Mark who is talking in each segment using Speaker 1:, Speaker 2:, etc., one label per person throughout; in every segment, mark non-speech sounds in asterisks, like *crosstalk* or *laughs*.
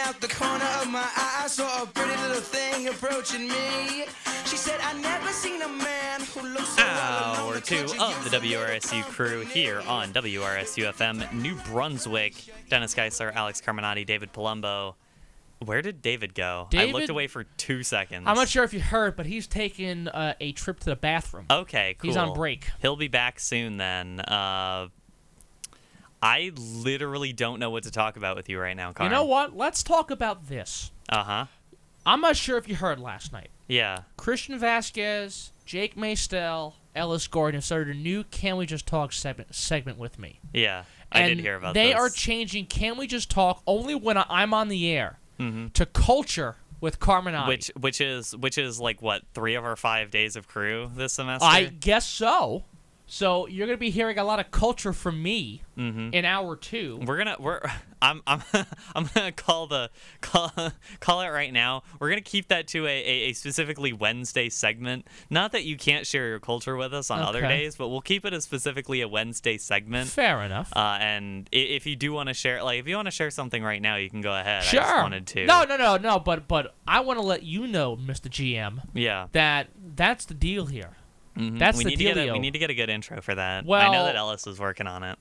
Speaker 1: out the corner of my eye, I saw a pretty little thing approaching me. She said, I never seen a man who looks so well
Speaker 2: Hour
Speaker 1: alone.
Speaker 2: two
Speaker 1: Country
Speaker 2: of the
Speaker 1: gives me little
Speaker 2: WRSU crew here
Speaker 1: company."
Speaker 2: on WRSU FM New Brunswick. Dennis Geisler, Alex Carminati, David Palumbo. Where did David go? I looked
Speaker 3: David-
Speaker 2: away for two seconds.
Speaker 3: I'm not sure if you heard, but he's taking uh, a trip to the bathroom.
Speaker 2: Okay, cool.
Speaker 3: He's on break.
Speaker 2: He'll be back soon then. Uh, I literally don't know what to talk about with you right now,
Speaker 3: you
Speaker 2: Carm.
Speaker 3: know what? Let's talk about this.
Speaker 2: Uh huh.
Speaker 3: I'm not sure if you heard last night.
Speaker 2: Yeah.
Speaker 3: Christian Vasquez, Jake Maystel, Ellis Gordon have started a new "Can We Just Talk" segment, segment with me.
Speaker 2: Yeah.
Speaker 3: And
Speaker 2: I did hear about
Speaker 3: They
Speaker 2: this.
Speaker 3: are changing "Can We Just Talk" only when I- I'm on the air to culture with Carmenati.
Speaker 2: Mm-hmm. which which is which is like what three of our five days of crew this semester.
Speaker 3: I guess so. So you're gonna be hearing a lot of culture from me
Speaker 2: Mm-hmm.
Speaker 3: in hour two.
Speaker 2: we're gonna we're *laughs* I'm I'm I'm gonna call the *laughs* call call it right now. We're gonna keep that to a, a, a specifically Wednesday segment. Not that you can't share your culture with us on other
Speaker 3: Okay.
Speaker 2: days, but we'll keep it as specifically a Wednesday segment.
Speaker 3: Fair enough.
Speaker 2: Uh, and i- if you do want to share, like, if you want to share something right now, you can go ahead.
Speaker 3: sure.
Speaker 2: I just wanted to.
Speaker 3: No, no, no, no. But but I want to let you know, Mr. GM,
Speaker 2: Yeah.
Speaker 3: that that's the deal here.
Speaker 2: Mm-hmm.
Speaker 3: That's
Speaker 2: we
Speaker 3: the
Speaker 2: need to
Speaker 3: dealio.
Speaker 2: get a, we need to get a good intro for that. I know
Speaker 3: Well-
Speaker 2: that Ellis is working on it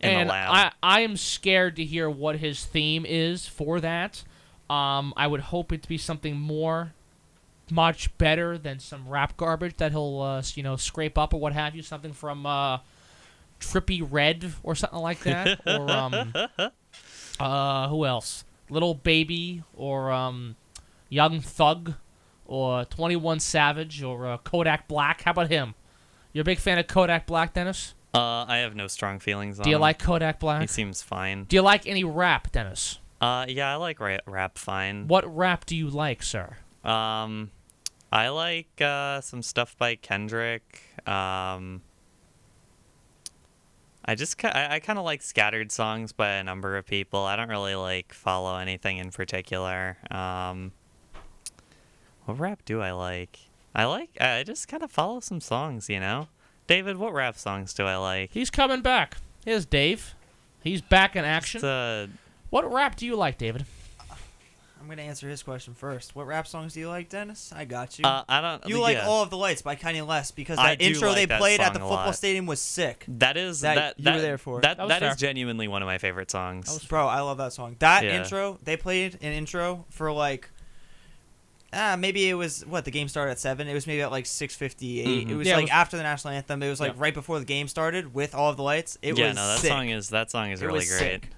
Speaker 2: in
Speaker 3: and
Speaker 2: the lab.
Speaker 3: I, I am scared to hear what his theme is for that. Um, I would hope it to be something more, much better than some rap garbage that he'll uh, s- you know scrape up or what have you. Something from uh, Trippy Red or something
Speaker 2: *laughs*
Speaker 3: like that, or um, uh, who else? Little Baby or um, Young Thug or Twenty One Savage or uh, Kodak Black. How about him? You're a big fan of Kodak Black, Dennis.
Speaker 2: uh, I have no strong feelings on.
Speaker 3: Do you
Speaker 2: him.
Speaker 3: like Kodak Black?
Speaker 2: He seems fine.
Speaker 3: Do you like any rap, Dennis?
Speaker 2: Uh, yeah, I like ra- rap fine.
Speaker 3: What rap do you like, sir?
Speaker 2: Um, I like uh, some stuff by Kendrick. Um, I just ki- I, I kind of like scattered songs by a number of people. I don't really like follow anything in particular. Um, what rap do I like? I like I just kind of follow some songs, you know. David, what rap songs do I like?
Speaker 3: He's coming back. Here's Dave. He's back in action.
Speaker 2: Just, uh,
Speaker 3: what rap do you like, David?
Speaker 4: I'm gonna answer his question first. What rap songs do you like, Dennis? I got you.
Speaker 2: uh, I don't.
Speaker 4: you like
Speaker 2: yeah.
Speaker 4: All of the Lights by Kanye West because
Speaker 2: I
Speaker 4: that
Speaker 2: do
Speaker 4: intro
Speaker 2: like
Speaker 4: they
Speaker 2: that
Speaker 4: played at
Speaker 2: song
Speaker 4: the
Speaker 2: a
Speaker 4: football
Speaker 2: lot.
Speaker 4: stadium was sick.
Speaker 2: That is
Speaker 4: that
Speaker 2: that,
Speaker 4: you
Speaker 2: that
Speaker 4: were there for.
Speaker 2: that.
Speaker 3: That was
Speaker 2: that is
Speaker 3: fair.
Speaker 2: genuinely one of my favorite songs.
Speaker 4: Bro, I love that song. That
Speaker 2: Yeah.
Speaker 4: intro, they played an intro for like ah, maybe it was what, the game started at seven? It was maybe at like six
Speaker 2: Mhm.
Speaker 4: It was
Speaker 3: Yeah, it
Speaker 4: like
Speaker 3: was-
Speaker 4: after the national anthem. It was like
Speaker 3: Yeah.
Speaker 4: right before the game started with all of the lights. It
Speaker 2: yeah,
Speaker 4: was
Speaker 2: no, that
Speaker 4: sick.
Speaker 2: song is that song is
Speaker 4: It
Speaker 2: really
Speaker 4: was
Speaker 2: great.
Speaker 4: sick.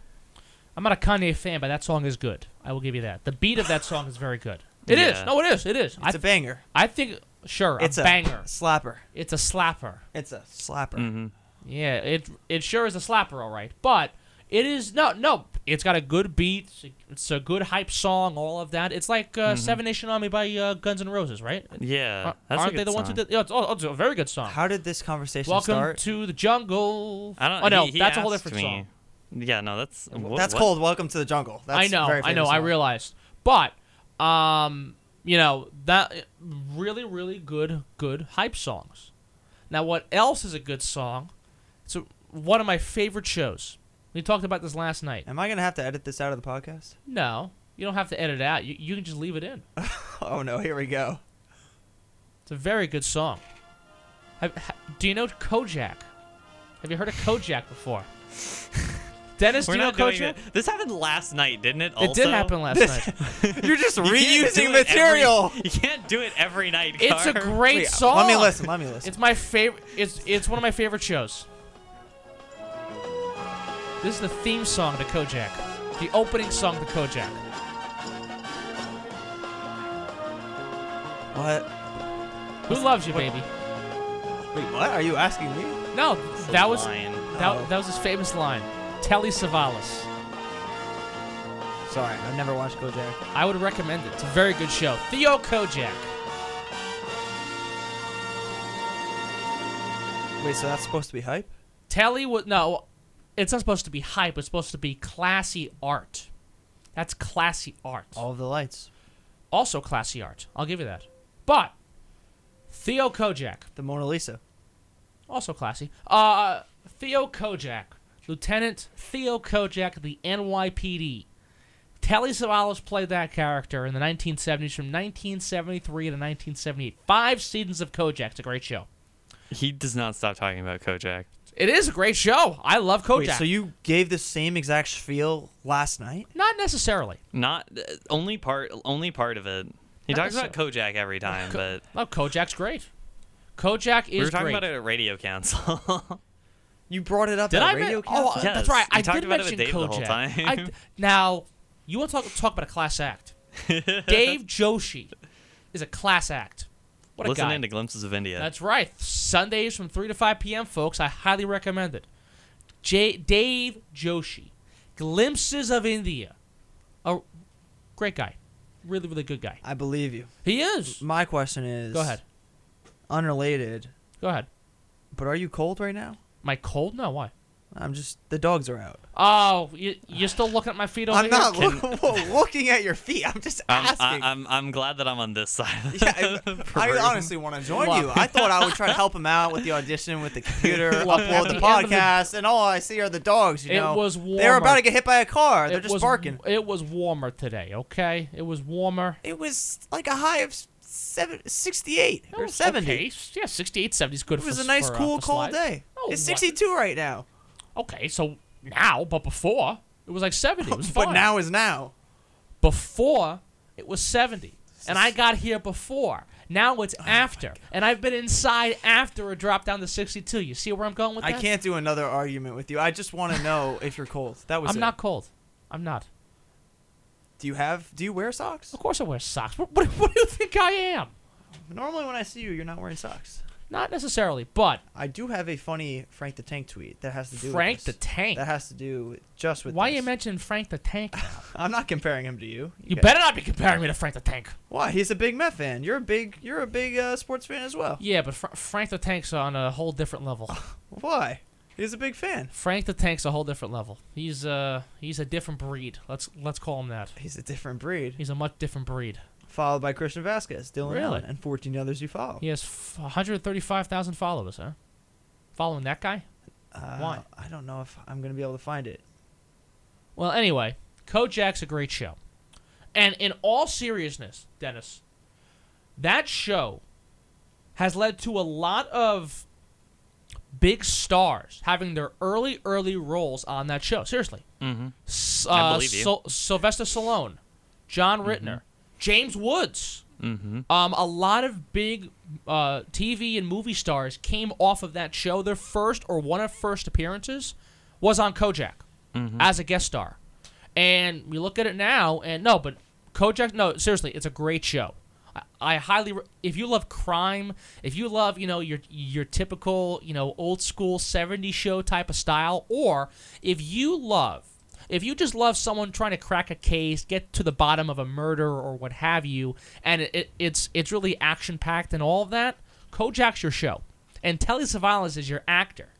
Speaker 3: I'm not a Kanye fan, but that song is good. I will give you that. The beat of that song is very good. It is.
Speaker 2: Yeah.
Speaker 3: No, it is. It is. I
Speaker 4: It's a banger.
Speaker 3: I think, sure,
Speaker 4: It's
Speaker 3: a,
Speaker 4: a
Speaker 3: banger.
Speaker 4: slapper.
Speaker 3: It's a slapper.
Speaker 4: It's a slapper.
Speaker 2: Mm-hmm.
Speaker 3: Yeah, it it sure is a slapper, all right. But it is no no. It's got a good beat. It's a, it's a good hype song. All of that. It's like uh, Seven Nation Army by uh, Guns N' Roses, right?
Speaker 2: Mm-hmm. Yeah,
Speaker 3: Ar-
Speaker 2: that's a
Speaker 3: aren't they
Speaker 2: good
Speaker 3: the ones who
Speaker 2: song.
Speaker 3: did? Yeah, it's, oh, it's a very good song.
Speaker 4: How did this conversation
Speaker 3: Welcome
Speaker 4: start?
Speaker 3: to the jungle.
Speaker 2: I don't.
Speaker 3: Oh no,
Speaker 2: he- he
Speaker 3: that's a whole
Speaker 2: asked
Speaker 3: different song.
Speaker 2: me. Yeah, no, that's wha-
Speaker 4: That's
Speaker 2: what?
Speaker 4: called Welcome to the Jungle. That's
Speaker 3: I know,
Speaker 4: Very
Speaker 3: I know, I
Speaker 4: realize.
Speaker 3: realized. But um, you know that really, really good, good hype songs. Now, what else is a good song? It's a, one of my favorite shows. We talked about this last night.
Speaker 4: Am I gonna have to edit this out of the podcast? *laughs*
Speaker 3: No, you don't have to edit it out. You, you can just leave it in.
Speaker 4: Oh no, here we go.
Speaker 3: It's a very good song. Have, ha, do you know Kojak? Have you heard of Kojak
Speaker 2: *laughs*
Speaker 3: before? Dennis,
Speaker 2: We're
Speaker 3: do you know
Speaker 2: not doing
Speaker 3: Kojak?
Speaker 2: it. This happened last night, didn't it?
Speaker 3: It
Speaker 2: Also?
Speaker 3: did happen last
Speaker 4: This-
Speaker 3: night.
Speaker 4: You're just
Speaker 2: You can't do
Speaker 4: reusing
Speaker 2: it every-
Speaker 4: material.
Speaker 2: *laughs* you can't do it every night.
Speaker 3: It's a
Speaker 2: Carm.
Speaker 3: great
Speaker 4: Wait,
Speaker 3: song.
Speaker 4: Let me listen. Let me listen.
Speaker 3: It's my favorite. It's it's one of my favorite shows. This is the theme song to Kojak, the opening song to Kojak.
Speaker 4: what?
Speaker 3: Who loves you, baby?
Speaker 4: Wait, what? Are you asking me?
Speaker 3: No,
Speaker 2: It's a
Speaker 3: that was
Speaker 2: line.
Speaker 4: Oh.
Speaker 3: that, that was his famous line, Telly Savalas.
Speaker 4: Sorry, I've never watched Kojak.
Speaker 3: I would recommend it. It's a very good show. Theo Kojak.
Speaker 4: Wait, so that's supposed to be hype?
Speaker 3: Telly was no. It's not supposed to be hype. It's supposed to be classy art. That's classy art.
Speaker 4: All of the lights.
Speaker 3: Also classy art. I'll give you that. But Theo Kojak.
Speaker 4: The Mona Lisa.
Speaker 3: also classy. Uh, Theo Kojak, Lieutenant Theo Kojak, of the NYPD, Telly Savalas played that character in the 1970s from 1973 to 1978. Five seasons of Kojak. It's a great show.
Speaker 2: He does not stop talking about Kojak.
Speaker 3: It is a great show. I love Kojak.
Speaker 4: Wait, so you gave the same exact spiel last night?
Speaker 3: Not necessarily.
Speaker 2: Not uh, only part, only part of it. He
Speaker 3: Not
Speaker 2: talks about Kojak every time, but
Speaker 3: Oh, Kojak's great. Kojak is
Speaker 2: we were talking
Speaker 3: great.
Speaker 2: about it at Radio
Speaker 3: *laughs*
Speaker 2: Council.
Speaker 4: You brought it up
Speaker 3: Did
Speaker 4: at
Speaker 3: I?
Speaker 4: radio
Speaker 3: men- oh,
Speaker 4: Council?
Speaker 2: Yes,
Speaker 3: that's right.
Speaker 2: we
Speaker 3: I
Speaker 2: talked
Speaker 3: did
Speaker 2: about it
Speaker 3: mention
Speaker 2: with Dave the
Speaker 3: Kojak.
Speaker 2: whole time.
Speaker 3: I d- now, you want to talk talk about a
Speaker 2: *laughs*
Speaker 3: class act? Dave Joshi is a class act. What a
Speaker 2: Listening
Speaker 3: guy.
Speaker 2: to glimpses of India.
Speaker 3: That's right. Sundays from 3 to 5 p.m., folks. I highly recommend it. J- Dave Joshi, Glimpses of India. A great guy. Really, really good guy.
Speaker 4: I believe you.
Speaker 3: He is.
Speaker 4: My question is
Speaker 3: Oh, Go ahead.
Speaker 4: Unrelated,
Speaker 3: Go ahead.
Speaker 4: but are you cold right now?
Speaker 3: My cold? No, why?
Speaker 4: I'm just the dogs are out.
Speaker 3: Oh, you, you're still looking at my feet over
Speaker 4: I'm
Speaker 3: here?
Speaker 4: not loo- whoa, *laughs* looking at your feet. I'm just
Speaker 2: I'm, I,
Speaker 4: asking.
Speaker 2: I'm I'm glad that I'm on this side. of
Speaker 4: *laughs* yeah,
Speaker 3: *laughs*
Speaker 2: the
Speaker 4: I, I
Speaker 2: room.
Speaker 4: honestly want to join you.
Speaker 3: Look.
Speaker 4: I thought I
Speaker 3: *laughs*
Speaker 4: would try to help him out with the audition, with the computer,
Speaker 3: Look, at
Speaker 4: upload the
Speaker 3: the end of the-
Speaker 4: podcast, and all I see are the dogs. You
Speaker 3: It
Speaker 4: know,
Speaker 3: was
Speaker 4: they're about
Speaker 3: warmer.
Speaker 4: to get hit by a car. They're
Speaker 3: It
Speaker 4: just
Speaker 3: was-
Speaker 4: barking.
Speaker 3: It was warmer today, okay? It was warmer.
Speaker 4: It was like a high of seven, 68
Speaker 3: It
Speaker 4: or
Speaker 3: was
Speaker 4: 70.
Speaker 3: Okay. Yeah, 68, 70 is good
Speaker 4: It
Speaker 3: for
Speaker 4: was a
Speaker 3: s-
Speaker 4: nice,
Speaker 3: for, uh,
Speaker 4: cool,
Speaker 3: for
Speaker 4: cold
Speaker 3: slide.
Speaker 4: day.
Speaker 3: Oh,
Speaker 4: it's
Speaker 3: what-
Speaker 4: 62 right now.
Speaker 3: Okay, so now, but before, it was like 70. It was
Speaker 4: *laughs* but
Speaker 3: fine.
Speaker 4: now is now.
Speaker 3: before it was 70 and i got here before now it's
Speaker 4: Oh
Speaker 3: after and i've been inside after it dropped down to 62 you see where i'm going with
Speaker 4: I
Speaker 3: that
Speaker 4: can't do another argument with you. I just want to know if you're cold. That was
Speaker 3: i'm
Speaker 4: it.
Speaker 3: not cold i'm not
Speaker 4: Do you have? Do you wear socks?
Speaker 3: of course i wear socks what, what, what do you think i am
Speaker 4: Normally, when I see you, you're not wearing socks.
Speaker 3: not necessarily but
Speaker 4: I do have a funny Frank the Tank tweet that has to do
Speaker 3: frank
Speaker 4: with
Speaker 3: the
Speaker 4: this.
Speaker 3: tank
Speaker 4: That has to do with, just with
Speaker 3: why
Speaker 4: this.
Speaker 3: you mentioning frank the
Speaker 4: *laughs*
Speaker 3: tank now?
Speaker 4: I'm not comparing him to you.
Speaker 3: you
Speaker 4: guys-
Speaker 3: better not be comparing me to frank the tank
Speaker 4: Why? He's a big Met fan. You're a big. You're a big uh, sports fan as well.
Speaker 3: yeah but Fra- frank the tank's on a whole different level
Speaker 4: Why? He's a big fan.
Speaker 3: frank the tank's a whole different level he's uh he's a different breed let's let's call him that
Speaker 4: He's a different breed.
Speaker 3: he's a much different breed
Speaker 4: Followed by Christian Vasquez, Dylan
Speaker 3: Really?
Speaker 4: Allen, and 14 others you follow.
Speaker 3: He has f- 135,000 followers, huh? Following that guy?
Speaker 4: Uh,
Speaker 3: Why?
Speaker 4: I don't know if I'm gonna be able to find it.
Speaker 3: Well, anyway, Kojak's a great show. And in all seriousness, Dennis, that show has led to a lot of big stars having their early, early roles on that show. Seriously.
Speaker 2: Mhm.
Speaker 3: S-
Speaker 2: I
Speaker 3: uh,
Speaker 2: believe you. Mm-hmm.
Speaker 3: Syl- Sylvester Stallone, John Rittner, James Woods.
Speaker 2: Mhm.
Speaker 3: Um, a lot of big uh, TV and movie stars came off of that show. Their first or one of first appearances was on Kojak as a guest star. And we look at it now, and no, but Kojak, no, seriously, it's a great show. I, I highly, re- if you love crime, if you love, you know, your your typical, you know, old school '70s show type of style, or if you love, if you just love someone trying to crack a case, get to the bottom of a murder or what have you, and it, it, it's it's really action packed and all of that, Kojak's your show, and Telly Savalas is your actor.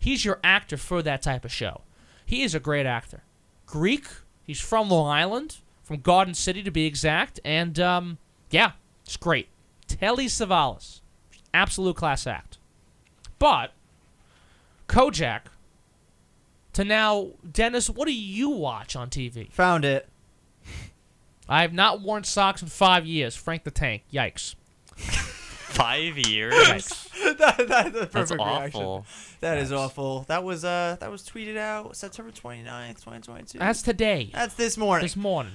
Speaker 3: He's your actor for that type of show. He is a great actor. Greek. He's from Long Island, from Garden City to be exact. And um, yeah, it's great. Telly Savalas, absolute class act. But Kojak to now, Dennis, what do you watch on TV?
Speaker 4: Found it. *laughs*
Speaker 3: I have not worn socks in five years. Frank the Tank. Yikes.
Speaker 2: Five years.
Speaker 3: Yikes.
Speaker 4: that, that's a perfect
Speaker 2: That's
Speaker 4: reaction.
Speaker 2: awful.
Speaker 4: That is
Speaker 2: That's-
Speaker 4: awful. That was uh that was tweeted out September 29th, 2022.
Speaker 3: That's today.
Speaker 4: that's this morning.
Speaker 3: This morning.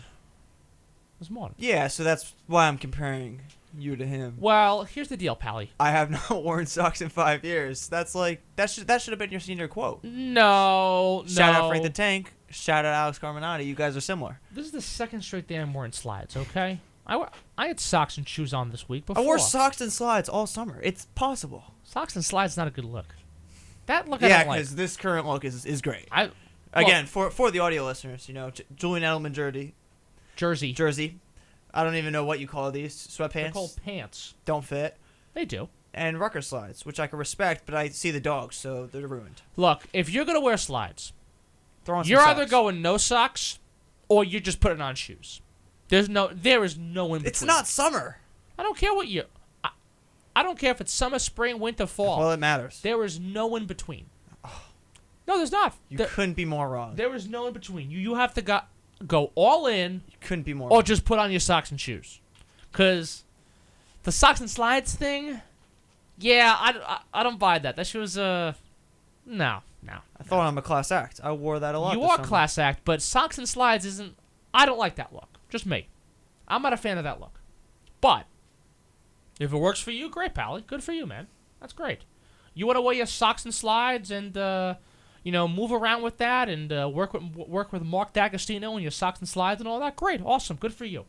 Speaker 3: This morning.
Speaker 4: yeah, so that's why I'm comparing you to him.
Speaker 3: Well, here's the deal, Pally.
Speaker 4: I have *laughs* not worn socks in 5 years. That's like that should that should have been your senior quote.
Speaker 3: No,
Speaker 4: Shout
Speaker 3: no.
Speaker 4: out Frank the Tank. Shout out Alex Carminati. You guys are similar.
Speaker 3: This is the second straight day I'm wearing slides, okay? I, wa- I had socks and shoes on this week before.
Speaker 4: I wore socks and slides all summer. It's possible.
Speaker 3: Socks and slides is not a good look. That look I
Speaker 4: yeah,
Speaker 3: don't like.
Speaker 4: because this current look is is great.
Speaker 3: I, well,
Speaker 4: Again, for for the audio listeners, you know, J- Julian Edelman jersey,
Speaker 3: jersey.
Speaker 4: jersey. I don't even know what you call these
Speaker 3: They're
Speaker 4: sweatpants.
Speaker 3: called pants.
Speaker 4: Don't fit.
Speaker 3: They do.
Speaker 4: and Rucker slides, which I can respect, but I see the dogs, so they're ruined.
Speaker 3: Look, if you're going to wear slides,
Speaker 4: Throw on some
Speaker 3: you're either
Speaker 4: socks.
Speaker 3: going no socks or you're just putting on shoes. There's no, there is no in between.
Speaker 4: It's not summer.
Speaker 3: I don't care what you. I, I don't care if it's summer, spring, winter, fall.
Speaker 4: Well, it matters.
Speaker 3: there is no in between. No, there's not.
Speaker 4: You
Speaker 3: There-
Speaker 4: couldn't be more wrong.
Speaker 3: There is no in between. You you have to got go all in
Speaker 4: couldn't be more.
Speaker 3: or Oh, just put on your socks and shoes. Because the socks and slides thing, yeah, I, I, I don't buy that. That shit was, uh, no, no.
Speaker 4: I thought I'm a class act. I wore that a lot.
Speaker 3: You
Speaker 4: this
Speaker 3: are
Speaker 4: summer.
Speaker 3: class act, but socks and slides isn't. I don't like that look. Just me. I'm not a fan of that look. But if it works for you, great, Pally. Good for you, man. That's great. You want to wear your socks and slides and uh, you know move around with that and uh, work with work with Mark D'Agostino and your socks and slides and all that. Great, awesome, good for you.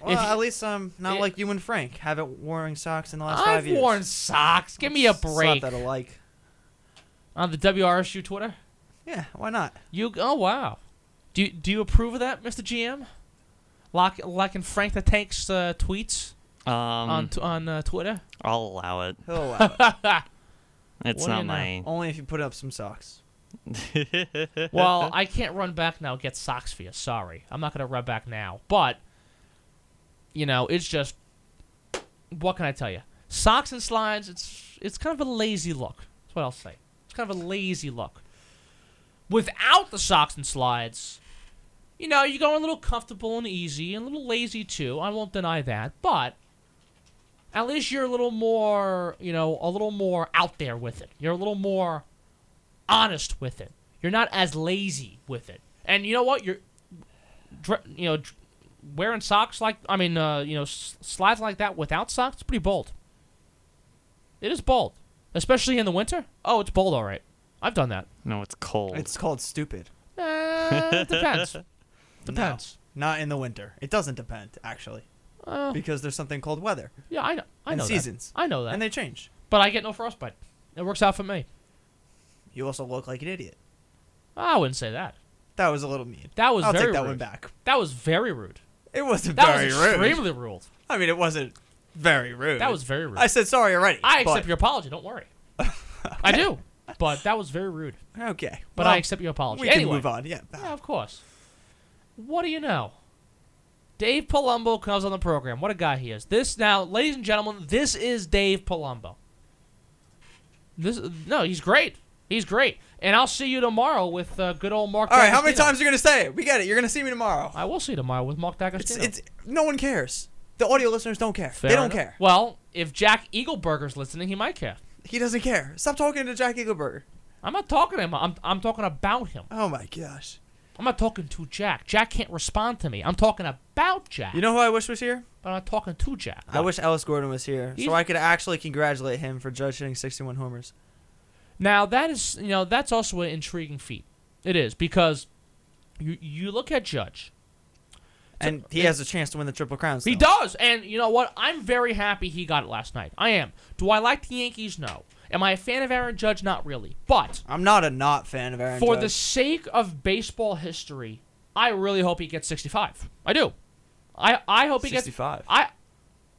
Speaker 4: Well,
Speaker 3: If you-
Speaker 4: at least I'm not
Speaker 3: Yeah.
Speaker 4: like you and Frank. Haven't worn socks in the last
Speaker 3: I've
Speaker 4: five years.
Speaker 3: worn socks. Give me a
Speaker 4: It's not
Speaker 3: break.
Speaker 4: that alike.
Speaker 3: On the WRSU Twitter,
Speaker 4: Yeah, why not?
Speaker 3: you oh wow, do you- do you approve of that, Mr. GM? Lock liking Frank the Tank's uh, tweets.
Speaker 2: Um,
Speaker 3: on t- on uh, Twitter.
Speaker 2: I'll allow it.
Speaker 3: *laughs*
Speaker 4: He'll allow it.
Speaker 2: It's
Speaker 3: What do you
Speaker 2: not
Speaker 3: know?
Speaker 2: my.
Speaker 4: Oh, Only if you put up some socks.
Speaker 3: Well, I can't run back now. and Get socks for you. Sorry, I'm not gonna run back now. But you know, it's just what can I tell you? Socks and slides. It's it's kind of a lazy look. That's what I'll say. It's kind of a lazy look. Without the socks and slides, you know, you're going a little comfortable and easy and a little lazy too. I won't deny that, but. At least you're a little more, you know, a little more out there with it. You're a little more honest with it. You're not as lazy with it. And you know what? You're, dre- you know, dr- wearing socks like I mean, uh, you know, s- slides like that without socks. It's pretty bold. It is bold, especially in the winter. Oh, it's bold, all right. I've done that.
Speaker 2: no, it's cold.
Speaker 4: It's called stupid.
Speaker 3: Uh, it
Speaker 4: *laughs*
Speaker 3: depends. Depends.
Speaker 4: Not in the winter. It doesn't depend actually,
Speaker 3: Uh,
Speaker 4: because there's something called weather
Speaker 3: yeah, I know. I
Speaker 4: and
Speaker 3: know that.
Speaker 4: seasons,
Speaker 3: I know that.
Speaker 4: and they change.
Speaker 3: but I get no frostbite. It works out for me.
Speaker 4: You also look like an idiot.
Speaker 3: I wouldn't say that.
Speaker 4: That was a little mean.
Speaker 3: That was
Speaker 4: I'll
Speaker 3: very
Speaker 4: take that
Speaker 3: rude.
Speaker 4: one back.
Speaker 3: That was very rude.
Speaker 4: It wasn't
Speaker 3: That
Speaker 4: very
Speaker 3: was
Speaker 4: rude.
Speaker 3: extremely rude.
Speaker 4: I mean, it wasn't very rude.
Speaker 3: That was very rude.
Speaker 4: I said sorry already.
Speaker 3: I accept
Speaker 4: but-
Speaker 3: your apology. Don't
Speaker 4: *laughs*
Speaker 3: worry. I do, but that was very rude.
Speaker 4: Okay.
Speaker 3: But
Speaker 4: well,
Speaker 3: I accept your apology.
Speaker 4: We
Speaker 3: anyway,
Speaker 4: can move on. Yeah.
Speaker 3: yeah, of course. What do you know? Dave Palumbo comes on the program. What a guy he is! This now, ladies and gentlemen, this is Dave Palumbo. This no, he's great. He's great, and I'll see you tomorrow with uh, good old Mark.
Speaker 4: All right. How many
Speaker 3: D'Agostino.
Speaker 4: times are you gonna say it? We get it. You're gonna see me tomorrow.
Speaker 3: I will see you tomorrow with Mark
Speaker 4: It's,
Speaker 3: D'Agostino.
Speaker 4: it's no one cares. The audio listeners don't care.
Speaker 3: Fair
Speaker 4: they don't
Speaker 3: enough.
Speaker 4: care.
Speaker 3: Well, if Jack Eagleburger's listening, he might care.
Speaker 4: He doesn't care. Stop talking to Jack Eagleburger.
Speaker 3: I'm not talking to him. I'm I'm talking about him.
Speaker 4: Oh my gosh.
Speaker 3: I'm not talking to Jack. Jack can't respond to me. I'm talking about Jack.
Speaker 4: You know who I wish was here?
Speaker 3: but I'm not talking to Jack.
Speaker 4: I wish Ellis Gordon was here
Speaker 3: He's-
Speaker 4: so I could actually congratulate him for judge hitting 61 homers.
Speaker 3: Now that is, you know, that's also an intriguing feat. It is because you you look at Judge.
Speaker 4: And he has a chance to win the triple crown.
Speaker 3: He
Speaker 4: still.
Speaker 3: does, and you know what? I'm very happy he got it last night. I am. Do I like the Yankees? No. Am I a fan of Aaron Judge? Not really. But
Speaker 4: I'm not a not fan of Aaron
Speaker 3: for
Speaker 4: Judge.
Speaker 3: the sake of baseball history, I really hope he gets 65. I do. I I hope he gets
Speaker 4: 65.
Speaker 3: I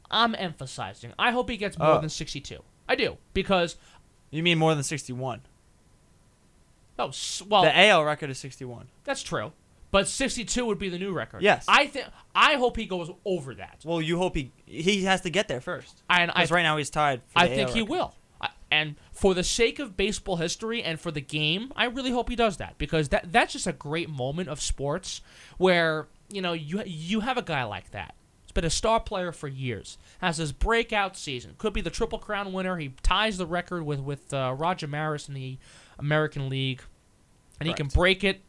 Speaker 3: I'm emphasizing. I hope he gets more
Speaker 4: Oh.
Speaker 3: than 62. I do because
Speaker 4: You mean more than 61.
Speaker 3: Oh, s- well,
Speaker 4: the AL record is 61.
Speaker 3: that's true. But 62 would be the new record.
Speaker 4: Yes.
Speaker 3: I think I hope he goes over that.
Speaker 4: Well, you hope he he has to get there first.
Speaker 3: And I
Speaker 4: Because right now he's tied. For
Speaker 3: I
Speaker 4: the
Speaker 3: think
Speaker 4: AL
Speaker 3: he
Speaker 4: record.
Speaker 3: will. I, and for the sake of baseball history and for the game, I really hope he does that because that that's just a great moment of sports where you know you you have a guy like that. He's been a star player for years. Has his breakout season. Could be the triple crown winner. He ties the record with with uh, Roger Maris in the American League, and he can
Speaker 4: Correct.
Speaker 3: break it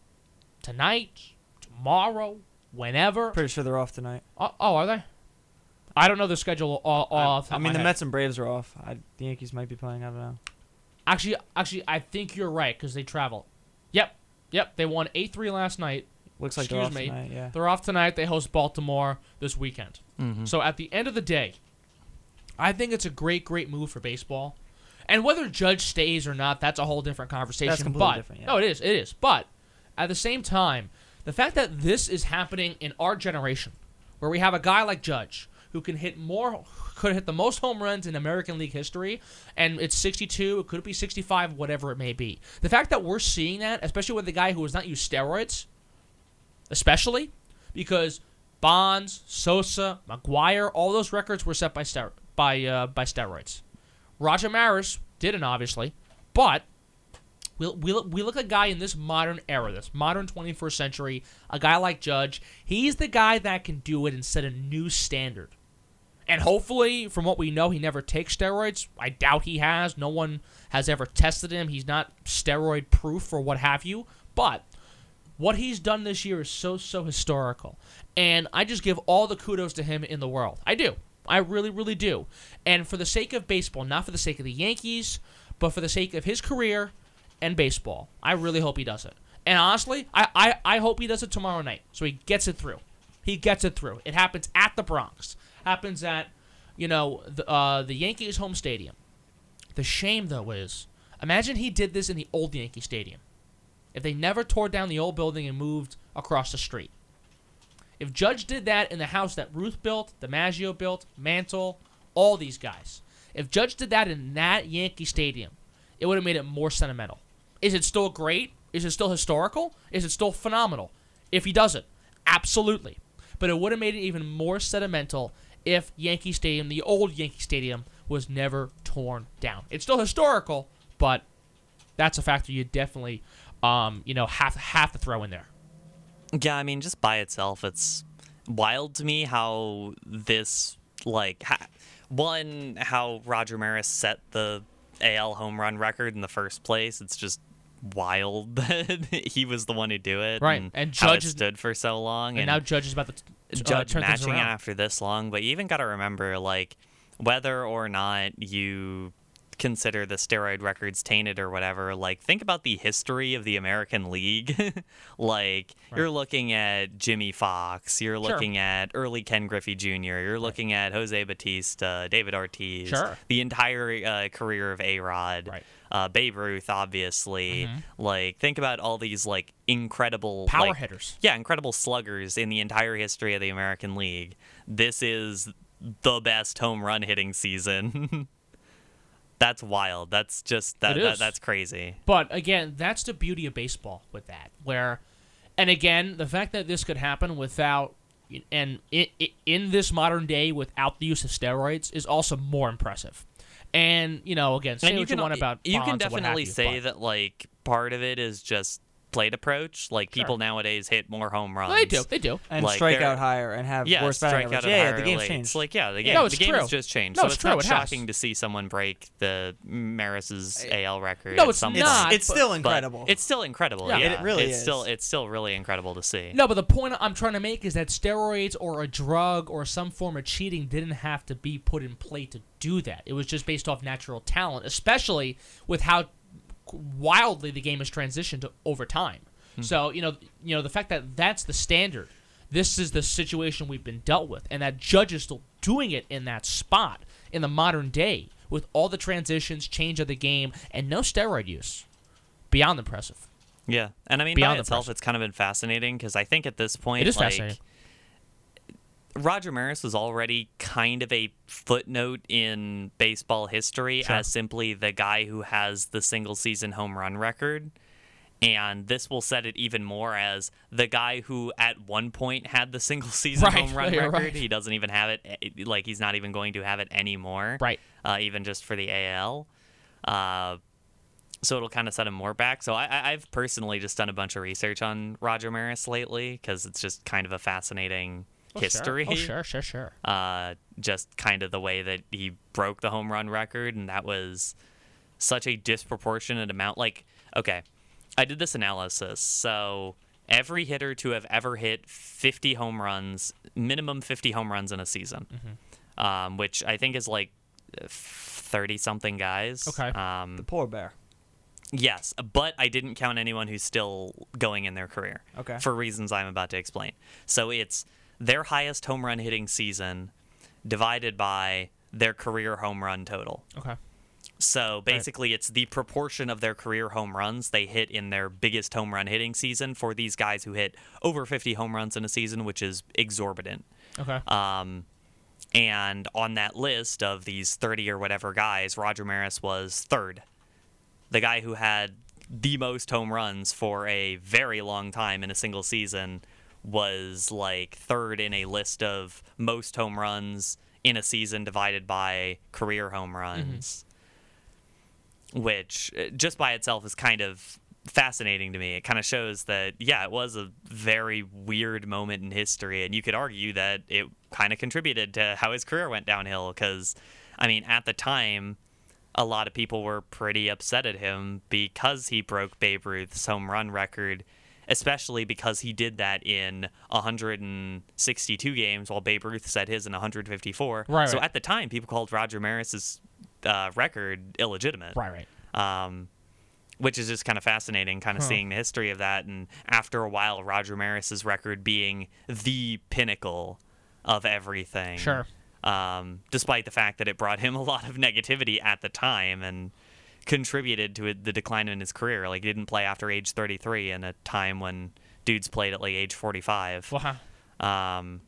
Speaker 3: tonight, tomorrow, whenever.
Speaker 4: Pretty sure they're off tonight.
Speaker 3: Oh, oh, are they? I don't know the schedule. All, all off
Speaker 4: I,
Speaker 3: top of
Speaker 4: mean,
Speaker 3: my
Speaker 4: the
Speaker 3: head.
Speaker 4: Mets and Braves are off. I, the Yankees might be playing. I don't know.
Speaker 3: Actually, actually, I think you're right because they travel. Yep, yep. They won eight three last night.
Speaker 4: Looks like
Speaker 3: Excuse
Speaker 4: they're off
Speaker 3: me.
Speaker 4: tonight. Yeah. Mm-hmm.
Speaker 3: They're off tonight. They host Baltimore this weekend. So at the end of the day, I think it's a great, great move for baseball. And whether Judge stays or not, that's a whole different conversation.
Speaker 4: That's completely
Speaker 3: but
Speaker 4: different, yeah.
Speaker 3: no, it is, it is. But at the same time, the fact that this is happening in our generation, where we have a guy like Judge who can hit more, could hit the most home runs in American League history, and it's 62, it could be 65, whatever it may be. The fact that we're seeing that, especially with a guy who has not used steroids, especially because Bonds, Sosa, McGuire, all those records were set by stero- by uh, by steroids. Roger Maris didn't, obviously, but We, we, look- we look at a guy in this modern era, this modern 21st century, a guy like Judge. He's the guy that can do it and set a new standard. And hopefully, from what we know, he never takes steroids. I doubt he has. No one has ever tested him. He's not steroid proof or what have you. But what he's done this year is so, so historical. And I just give all the kudos to him in the world. I do. I really, really do. And for the sake of baseball, not for the sake of the Yankees, but for the sake of his career and baseball, I really hope he does it. And honestly, I, I, I hope he does it tomorrow night so he gets it through. He gets it through. It happens at the Bronx. Happens at, you know, the, uh, the Yankees home stadium. The shame though is, imagine he did this in the old Yankee Stadium. If they never tore down the old building and moved across the street. If Judge did that in the house that Ruth built, DiMaggio built, Mantle, all these guys. If Judge did that in that Yankee Stadium, it would have made it more sentimental. Is it still great? Is it still historical? Is it still phenomenal? If he does it, absolutely. But it would have made it even more sentimental if Yankee Stadium, the old Yankee Stadium, was never torn down. It's still historical, but that's a factor you definitely, um, you know, have have to throw in there.
Speaker 2: Yeah, I mean, just by itself, it's wild to me how this, like, ha- one, how Roger Maris set the AL home run record in the first place. It's
Speaker 3: *laughs*
Speaker 2: just wild *laughs* that he was the one who do it.
Speaker 3: Right,
Speaker 2: And,
Speaker 3: and
Speaker 2: how it
Speaker 3: Judge is-
Speaker 2: stood for so long.
Speaker 3: And now Judge is about to t- t- uh,
Speaker 2: judge
Speaker 3: turn things
Speaker 2: matching
Speaker 3: around.
Speaker 2: after this long, but you even got to remember, like, whether or not you consider the steroid records tainted or whatever, like, think about the history of the American League. *laughs* like, you're looking at Jimmy Fox, you're
Speaker 3: Sure.
Speaker 2: looking at early Ken Griffey Jr., you're looking at Jose Batista, David Ortiz,
Speaker 3: Sure.
Speaker 2: the entire uh, career of A Rod.
Speaker 3: Right. Mm-hmm.
Speaker 2: Uh, Babe Ruth, obviously. Like, think about all these like incredible
Speaker 3: Power
Speaker 2: like,
Speaker 3: hitters.
Speaker 2: yeah, incredible sluggers in the entire history of the American League. This is the best home run hitting season. *laughs* that's wild. That's just that,
Speaker 3: It
Speaker 2: that
Speaker 3: is.
Speaker 2: that's crazy.
Speaker 3: But again, that's the beauty of baseball with that. Where, and again, the fact that this could happen without, and it, it, in this modern day without the use of steroids is also more impressive. And you know, again, say
Speaker 2: and you
Speaker 3: what
Speaker 2: can
Speaker 3: you want about
Speaker 2: you can
Speaker 3: Bonds or what have
Speaker 2: definitely
Speaker 3: you,
Speaker 2: say
Speaker 3: but-
Speaker 2: that like part of it is just plate approach. Like people nowadays hit more home runs.
Speaker 3: they do, they do.
Speaker 4: and
Speaker 2: Like,
Speaker 4: strike
Speaker 2: they're-
Speaker 4: out higher and have
Speaker 2: yeah,
Speaker 4: worse batting
Speaker 2: strikeout
Speaker 4: average.
Speaker 2: at
Speaker 4: Yeah, yeah,
Speaker 2: higher
Speaker 4: the game's
Speaker 2: rates.
Speaker 4: changed.
Speaker 2: Like yeah, the game,
Speaker 3: No,
Speaker 2: the
Speaker 3: it's
Speaker 2: game
Speaker 3: true.
Speaker 2: has just changed.
Speaker 3: No,
Speaker 2: so
Speaker 3: it's
Speaker 2: it's,
Speaker 3: true,
Speaker 2: not
Speaker 3: it has.
Speaker 2: shocking to see someone break the Maris's AL record.
Speaker 3: No,
Speaker 2: at
Speaker 3: it's
Speaker 2: some
Speaker 3: not.
Speaker 2: point.
Speaker 4: it's it's
Speaker 3: but-
Speaker 4: still
Speaker 2: but
Speaker 4: incredible.
Speaker 2: It's still incredible.
Speaker 3: Yeah.
Speaker 2: Yeah,
Speaker 3: It
Speaker 4: really
Speaker 2: it's
Speaker 4: is.
Speaker 2: Still, it's still really incredible to see.
Speaker 3: No, but the point I'm trying to make is that steroids or a drug or some form of cheating didn't have to be put in play to do that. It was just based off natural talent, especially with how wildly the game has transitioned over time.
Speaker 2: Hmm.
Speaker 3: So you know, you know the fact that that's the standard. This is the situation we've been dealt with, and that judge is still doing it in that spot in the modern day with all the transitions, change of the game, and no steroid use. Beyond impressive.
Speaker 2: Yeah, and I mean
Speaker 3: Beyond
Speaker 2: by
Speaker 3: the
Speaker 2: itself,
Speaker 3: person.
Speaker 2: it's kind of been fascinating because I think at this point,
Speaker 3: It is
Speaker 2: like,
Speaker 3: fascinating.
Speaker 2: Roger Maris was already kind of a footnote in baseball history
Speaker 3: Sure.
Speaker 2: as simply the guy who has the single season home run record. And this will set it even more as the guy who at one point had the single *laughs* season
Speaker 3: Right,
Speaker 2: home run
Speaker 3: you're
Speaker 2: record.
Speaker 3: *laughs* right.
Speaker 2: He doesn't even have it, eh, like, he's not even going to have it anymore.
Speaker 3: Right.
Speaker 2: Uh, even just for the AL. Uh, so it'll kind of set him more back. So I, I, I've personally just done a bunch of research on Roger Maris lately because it's just kind of a fascinating
Speaker 3: Oh, sure.
Speaker 2: history.
Speaker 3: Oh, sure, sure, sure.
Speaker 2: Uh, just kind of the way that he broke the home run record, and that was such a disproportionate amount. Like, okay, I did this analysis. So every hitter to have ever hit 50 home runs, minimum 50 home runs in a season,
Speaker 3: Mm-hmm.
Speaker 2: um, which I think is like 30 something guys.
Speaker 3: Okay.
Speaker 2: Um,
Speaker 4: the poor bear.
Speaker 2: Yes, but I didn't count anyone who's still going in their career.
Speaker 4: Okay.
Speaker 2: For reasons I'm about to explain. So it's their highest home run hitting season divided by their career home run total.
Speaker 3: Okay.
Speaker 2: So basically, it's the proportion of their career home runs they hit in their biggest home run hitting season for these guys who hit over 50 home runs in a season, which is exorbitant.
Speaker 3: Okay.
Speaker 4: Uh,
Speaker 2: Um, and on that list of these 30 or whatever guys, Roger Maris was third. The guy who had the most home runs for a very long time in a single season was like third in a list of most home runs in a season divided by career home runs. which uh, just by itself is kind of fascinating to me. It kind of shows that, yeah, it was a very weird moment in history, and you could argue that it kind of contributed to how his career went downhill. Because, I mean, at the time, a lot of people were pretty upset at him because he broke Babe Ruth's home run record, especially because he did that in 162 games while Babe Ruth set his in 154.
Speaker 3: Right,
Speaker 2: so
Speaker 3: right.
Speaker 2: at the time, people called Roger Maris's uh, record illegitimate
Speaker 3: Right, right.
Speaker 2: um, which is just kind of fascinating, kind of
Speaker 3: Huh.
Speaker 2: seeing the history of that. And after a while, Roger Maris's record being the pinnacle of everything.
Speaker 3: Sure.
Speaker 2: Um, despite the fact that it brought him a lot of negativity at the time and contributed to it, the decline in his career. Like, he didn't play after age 33 in a time when dudes played at like age 45.
Speaker 3: Wow.
Speaker 2: Um,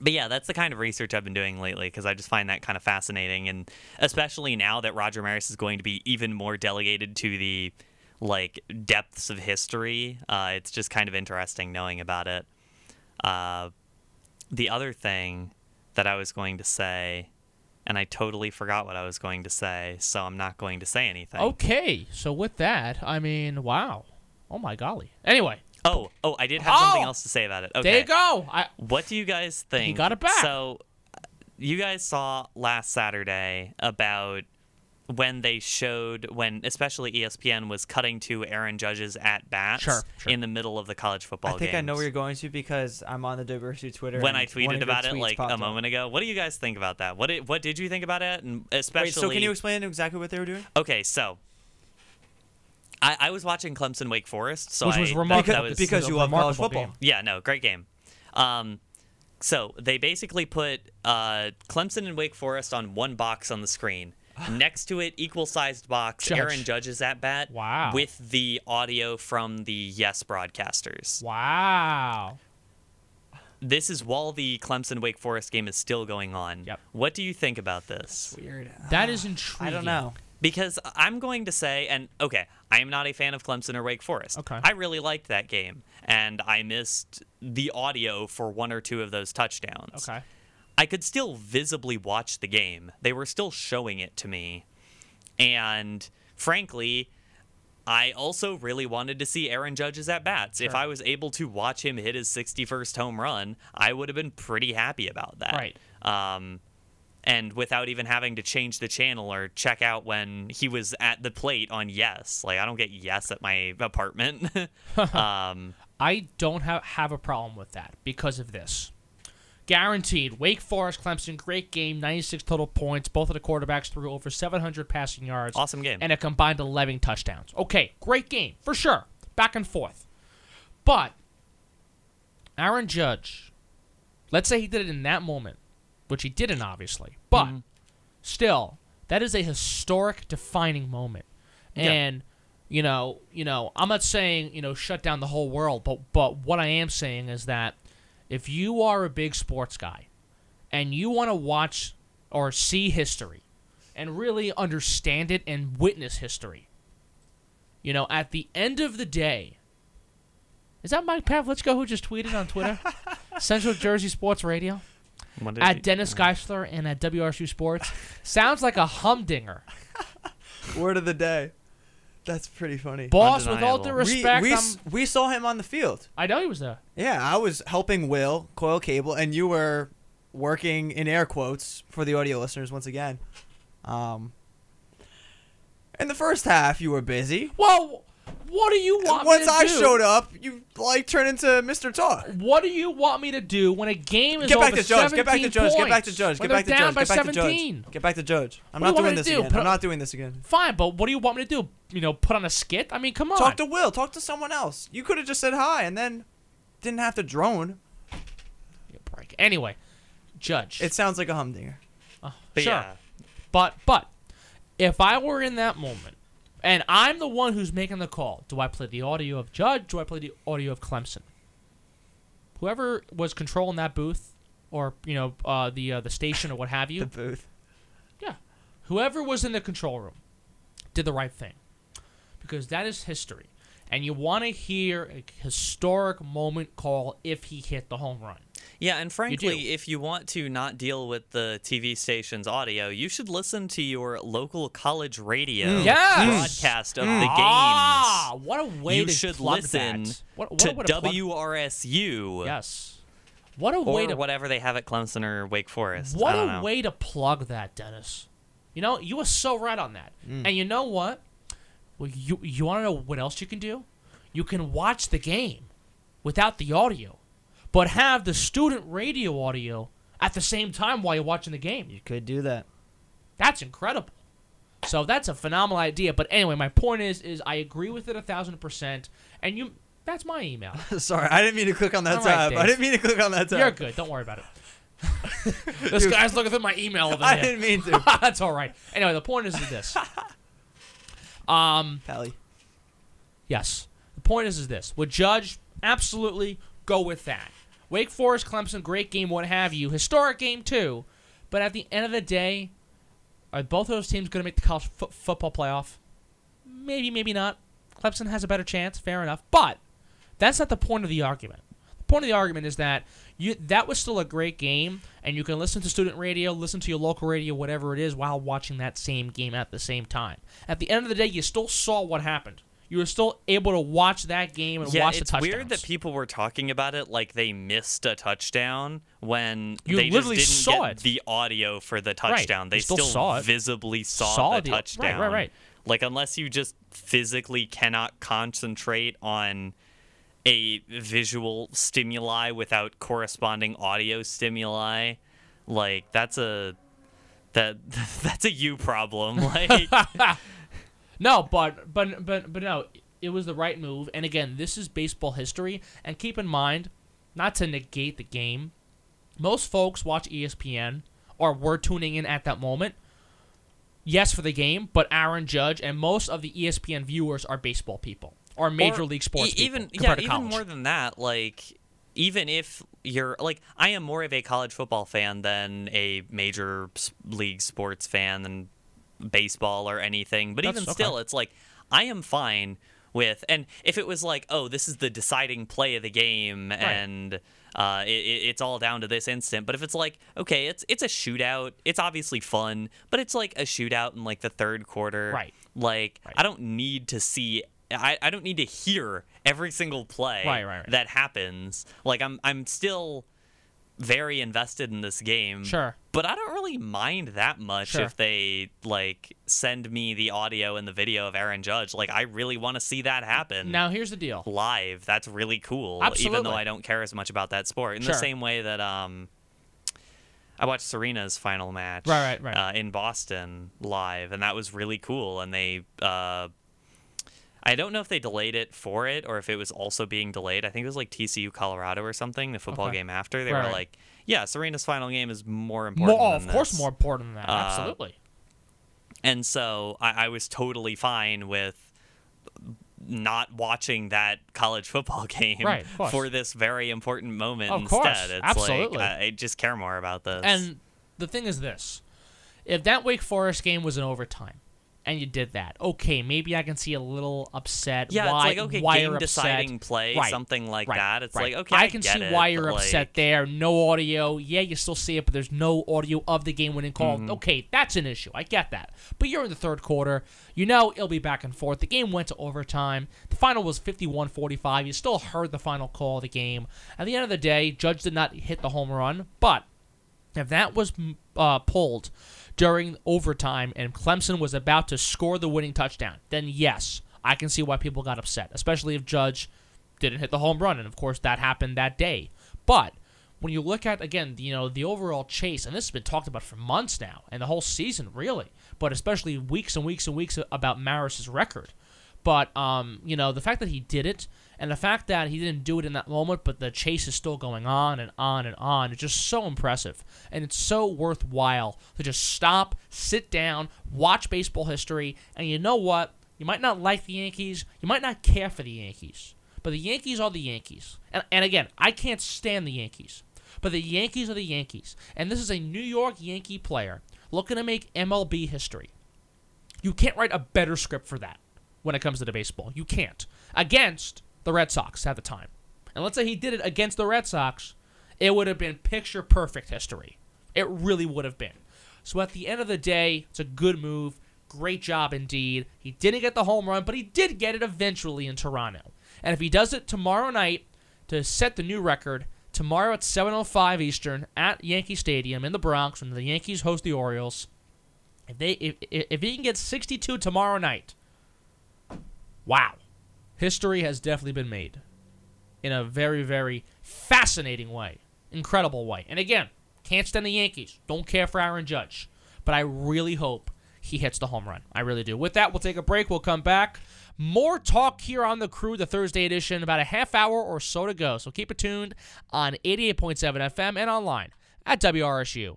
Speaker 2: but yeah, that's the kind of research I've been doing lately because I just find that kind of fascinating, and especially now that Roger Maris is going to be even more delegated to the like depths of history, uh, it's just kind of interesting knowing about it. Uh, the other thing that I was going to say, and I totally forgot what I was going to say, so I'm not going to say anything.
Speaker 3: Okay, so with that, I mean, wow. Oh my golly. Anyway,
Speaker 2: oh, oh, I did have something
Speaker 3: Oh!
Speaker 2: else to say about it. Okay.
Speaker 3: there you go. I
Speaker 2: What do you guys think?
Speaker 3: got it back.
Speaker 2: So, you guys saw last Saturday about when they showed when, especially E ESPN was cutting to Aaron Judge's at bats
Speaker 3: Sure, sure.
Speaker 2: in the middle of the college football.
Speaker 4: I think I know
Speaker 2: games.
Speaker 4: where you're going to because I'm on the Diversity Twitter.
Speaker 2: When
Speaker 4: and
Speaker 2: I
Speaker 4: one
Speaker 2: tweeted
Speaker 4: of your
Speaker 2: about it
Speaker 4: tweets
Speaker 2: like
Speaker 4: popped
Speaker 2: a
Speaker 4: up.
Speaker 2: moment ago, what do you guys think about that? What did, what did you think about it? And especially,
Speaker 4: Wait, so can you explain exactly what they were doing?
Speaker 2: okay, so. I, I was watching Clemson Wake Forest, so
Speaker 3: Which
Speaker 2: I,
Speaker 3: was
Speaker 2: that-
Speaker 3: remarkable.
Speaker 2: that was-
Speaker 4: Because, because
Speaker 3: a
Speaker 4: you love college
Speaker 3: remarkable
Speaker 4: football.
Speaker 3: game.
Speaker 2: yeah, no, great game. Um, so they basically put uh, Clemson and Wake Forest on one box on the
Speaker 3: *sighs*
Speaker 2: screen. Next to it, equal sized box,
Speaker 3: Judge.
Speaker 2: Aaron Judge's at bat.
Speaker 3: Wow.
Speaker 2: With the audio from the Yes broadcasters.
Speaker 3: wow.
Speaker 2: This is while the Clemson Wake Forest game is still going on.
Speaker 3: Yep.
Speaker 2: What do you think about this?
Speaker 4: Weird.
Speaker 3: That is intriguing.
Speaker 4: *sighs* I don't know.
Speaker 2: Because I'm going to say, and okay, I am not a fan of Clemson or Wake Forest.
Speaker 3: Okay.
Speaker 2: I really liked that game, and I missed the audio for one or two of those touchdowns.
Speaker 3: Okay.
Speaker 2: I could still visibly watch the game. They were still showing it to me. And frankly, I also really wanted to see Aaron Judge's at bats. If
Speaker 3: Sure.
Speaker 2: I was able to watch him hit his 61st home run, I would have been pretty happy about
Speaker 4: Uh,
Speaker 2: that.
Speaker 3: Right.
Speaker 2: Um, and without even having to change the channel or check out when he was at the plate on yes. Like, I don't get yes at my apartment. *laughs* um,
Speaker 3: I don't have, have a problem with that because of this. Guaranteed. Wake Forest, Clemson, great game, 96 total points. Both of the quarterbacks threw over 700 passing yards.
Speaker 2: awesome game.
Speaker 3: and a combined 11 touchdowns. Okay, great game for sure. Back and forth. But Aaron Judge, let's say he did it in that moment, which he didn't obviously. But still, that is a historic defining moment.
Speaker 2: Yeah.
Speaker 3: And you know, you know, I'm not saying, you know, shut down the whole world, but but what I am saying is that if you are a big sports guy and you want to watch or see history and really understand it and witness history. You know, at the end of the day, is that Mike Pavlichko who just tweeted on Twitter? Central Jersey Sports Radio
Speaker 2: What did you-
Speaker 3: at Dennis Geisler and at WRSU Sports *laughs* sounds like a humdinger.
Speaker 4: Word of the day. That's pretty funny.
Speaker 3: Boss, with all
Speaker 2: Undeniable.
Speaker 3: due
Speaker 2: We-
Speaker 3: respect,
Speaker 4: we, we,
Speaker 3: I'm-
Speaker 4: s- we saw him on the field.
Speaker 3: I know he was there.
Speaker 4: Yeah, I was helping Will coil cable, and you were working in air quotes for the audio listeners once again. Um, in the first half, you were busy.
Speaker 3: Whoa, what do you want? me
Speaker 4: Once
Speaker 3: to
Speaker 4: I
Speaker 3: do?
Speaker 4: showed up, you like turned into Mr. Talk.
Speaker 3: What do you want me to do when a game is
Speaker 4: Get back
Speaker 3: over
Speaker 4: to judge.
Speaker 3: 17
Speaker 4: Get back to judge. Get back to
Speaker 3: points,
Speaker 4: judge.
Speaker 3: when
Speaker 4: Get back to
Speaker 3: they're
Speaker 4: judge.
Speaker 3: down by
Speaker 4: Get back to
Speaker 3: 17?
Speaker 4: judge. Get back to judge. I'm
Speaker 3: What do
Speaker 4: not
Speaker 3: you want
Speaker 4: doing
Speaker 3: me to
Speaker 4: this
Speaker 3: do?
Speaker 4: again.
Speaker 3: Put
Speaker 4: I'm
Speaker 3: up-
Speaker 4: not doing this again.
Speaker 3: Fine, but what do you want me to do? You know, put on a skit? I mean, come on.
Speaker 4: Talk to Will. Talk to someone else. You could have just said hi and then didn't have to drone.
Speaker 3: Give me a break. Anyway, judge.
Speaker 4: It sounds like a humdinger.
Speaker 2: But
Speaker 3: sure.
Speaker 2: yeah.
Speaker 3: But but if I were in that moment and I'm the one who's making the call, do I play the audio of Judge? Do I play the audio of Clemson? Whoever was controlling that booth or you know uh, the uh, the station or what have you,
Speaker 4: The booth.
Speaker 3: yeah, whoever was in the control room did the right thing because that is history, and you want to hear a historic moment call if he hit the home run.
Speaker 2: Yeah, and frankly,
Speaker 3: do.
Speaker 2: if you want to not deal with the TV station's audio, you should listen to your local college radio
Speaker 3: Mm. Yes. Mm.
Speaker 2: broadcast of the
Speaker 3: Ah,
Speaker 2: games.
Speaker 3: what a way
Speaker 2: you
Speaker 3: to
Speaker 2: should
Speaker 3: plug
Speaker 2: listen
Speaker 3: that. What, what a
Speaker 2: to
Speaker 3: way to plug-
Speaker 2: WRSU
Speaker 3: yes. What a
Speaker 2: or
Speaker 3: way to
Speaker 2: whatever they have at Clemson or Wake Forest.
Speaker 3: What
Speaker 2: I
Speaker 3: a
Speaker 2: don't know.
Speaker 3: way to plug that, Dennis. You know, you were so right on that. And you know what? Well, you you want to know what else you can do? You can watch the game without the audio, but have the student radio audio at the same time while you're watching the game.
Speaker 5: You could do that.
Speaker 3: That's incredible. So that's a phenomenal idea. But anyway, my point is is I agree with it a thousand percent. And you, that's my email.
Speaker 4: *laughs* Sorry, I didn't mean to click on that
Speaker 3: All right,
Speaker 4: tab. I
Speaker 3: Dave.
Speaker 4: didn't mean to click on that tab.
Speaker 3: You're good. Don't worry about it. this guy's looking through my email. Over
Speaker 4: *laughs* I
Speaker 3: there.
Speaker 4: didn't
Speaker 2: *laughs*
Speaker 4: mean to.
Speaker 3: *laughs* That's all right. Anyway, the point is this.
Speaker 4: Pally.
Speaker 3: Yes. The point is, is this. Would Judge absolutely go with that? Wake Forest, Clemson, great game, what have you. Historic game, too. But at the end of the day, are both those teams going to make the college fo- football playoff? Maybe, maybe not. Clemson has a better chance, fair enough. But that's not the point of the argument. The point of the argument is that you that was still a great game, and you can listen to student radio, listen to your local radio, whatever it is, while watching that same game at the same time. At the end of the day, you still saw what happened. You were still able to watch that game and
Speaker 2: yeah,
Speaker 3: watch
Speaker 2: it's
Speaker 3: the touchdowns.
Speaker 2: weird that people were talking about it like they missed a touchdown when
Speaker 3: You
Speaker 2: they
Speaker 3: literally
Speaker 2: just didn't
Speaker 3: saw
Speaker 2: get
Speaker 3: it.
Speaker 2: the audio for the touchdown.
Speaker 3: You
Speaker 2: They
Speaker 3: still
Speaker 2: still,
Speaker 3: saw it.
Speaker 2: visibly saw,
Speaker 3: Saw
Speaker 2: the,
Speaker 3: the- right,
Speaker 2: touchdown.
Speaker 3: right, right.
Speaker 2: Like unless you just physically cannot concentrate on a visual stimuli without corresponding audio stimuli, like that's a that *laughs* that's a you problem. *laughs* Like
Speaker 3: No, but but but but no, it was the right move. And again, this is baseball history. And keep in mind, not to negate the game, most folks watch E ESPN or were tuning in at that moment. Yes, for the game, but Aaron Judge and most of the E ESPN viewers are baseball people or major
Speaker 2: Or
Speaker 3: league sports
Speaker 2: e-
Speaker 3: people
Speaker 2: even yeah
Speaker 3: compared to
Speaker 2: even
Speaker 3: college.
Speaker 2: more than that like even if you're like i am more of a college football fan than a major s- league sports fan than baseball or anything but
Speaker 3: That's
Speaker 2: even
Speaker 3: okay.
Speaker 2: still it's like i am fine with and if it was like oh this is the deciding play of the game and uh, it, it's all down to this instant but if it's like okay it's it's a shootout it's obviously fun but it's like a shootout in like the third quarter
Speaker 3: Right.
Speaker 2: like
Speaker 3: Right.
Speaker 2: I don't need to see I, I don't need to hear every single play
Speaker 3: Right, right, right.
Speaker 2: that happens. Like I'm I'm still very invested in this game.
Speaker 3: Sure.
Speaker 2: But I don't really mind that much
Speaker 3: Sure.
Speaker 2: if they like send me the audio and the video of Aaron Judge. Like I really want to see that happen.
Speaker 3: now here's the deal.
Speaker 2: live. That's really cool. Even
Speaker 3: Absolutely.
Speaker 2: though I don't care as much about that sport. In
Speaker 3: Sure.
Speaker 2: the same way that um I watched Serena's final match
Speaker 3: Right, right, right.
Speaker 2: Uh, in Boston live, and that was really cool. And they, uh, I don't know if they delayed it for it or if it was also being delayed. I think it was like TCU Colorado or something, the football
Speaker 3: Okay.
Speaker 2: game after. They
Speaker 3: Right,
Speaker 2: were
Speaker 3: right.
Speaker 2: like, yeah, Serena's final game is more important.
Speaker 3: More, oh,
Speaker 2: than Uh,
Speaker 3: of course,
Speaker 2: this."
Speaker 3: more important than that. Absolutely.
Speaker 2: And so I, I was totally fine with not watching that college football *laughs* game
Speaker 3: Right, of course.
Speaker 2: for this very important moment
Speaker 3: Of
Speaker 2: instead.
Speaker 3: course,
Speaker 2: It's
Speaker 3: absolutely.
Speaker 2: like I, I just care more about this.
Speaker 3: And the thing is this: if that Wake Forest game was an overtime, and you did that, okay, maybe I can see a little upset.
Speaker 2: yeah,
Speaker 3: why,
Speaker 2: it's like okay,
Speaker 3: why
Speaker 2: game
Speaker 3: you're
Speaker 2: deciding
Speaker 3: upset.
Speaker 2: play,
Speaker 3: Right,
Speaker 2: something like
Speaker 3: right,
Speaker 2: that. It's
Speaker 3: right.
Speaker 2: like okay,
Speaker 3: I,
Speaker 2: I,
Speaker 3: can
Speaker 2: get
Speaker 3: see
Speaker 2: it,
Speaker 3: why you're
Speaker 2: but, like,
Speaker 3: upset there. No audio. Yeah, you still see it, but there's no audio of the game winning call.
Speaker 2: Mm-hmm.
Speaker 3: Okay, that's an issue. I get that. But you're in the third quarter. You know it'll be back and forth. The game went to overtime. The final was 51-45. You still heard the final call of the game. At the end of the day, Judge did not hit the home run, but if that was m- uh, pulled during overtime and Clemson was about to score the winning touchdown, then yes, I can see why people got upset, especially if Judge didn't hit the home run. And of course, that happened that day. But when you look at again, you know, the overall chase, and this has been talked about for months now, and the whole season really, but especially weeks and weeks and weeks about Maris's record. But um, you know, the fact that he did it and the fact that he didn't do it in that moment, but the chase is still going on and on and on, it's just so impressive. And it's so worthwhile to just stop, sit down, watch baseball history, and you know what? You might not like the Yankees, you might not care for the Yankees. But the Yankees are the Yankees. And, and again, I can't stand the Yankees. But the Yankees are the Yankees. And this is a New York Yankee player looking to make MLB history. You can't write a better script for that when it comes to the baseball. You can't. Against the Red Sox at the time. And let's say he did it against the Red Sox it would have been picture perfect history. It really would have been. So at the end of the day, it's a good move. Great job indeed. He didn't get the home run, but he did get it eventually in Toronto. And if he does it tomorrow night to set the new record, tomorrow at 7:05 Eastern at Yankee Stadium in the Bronx when the Yankees host the Orioles, if they if, if if he can get 62 tomorrow night, wow. History has definitely been made in a very, very fascinating way, incredible way. And again, can't stand the Yankees. Don't care for Aaron Judge. But I really hope he hits the home run. I really do. With that, we'll take a break. We'll come back. More talk here on the crew, the Thursday edition, about a half hour or so to go. So keep it tuned on 88.7 FM and online at WRSU.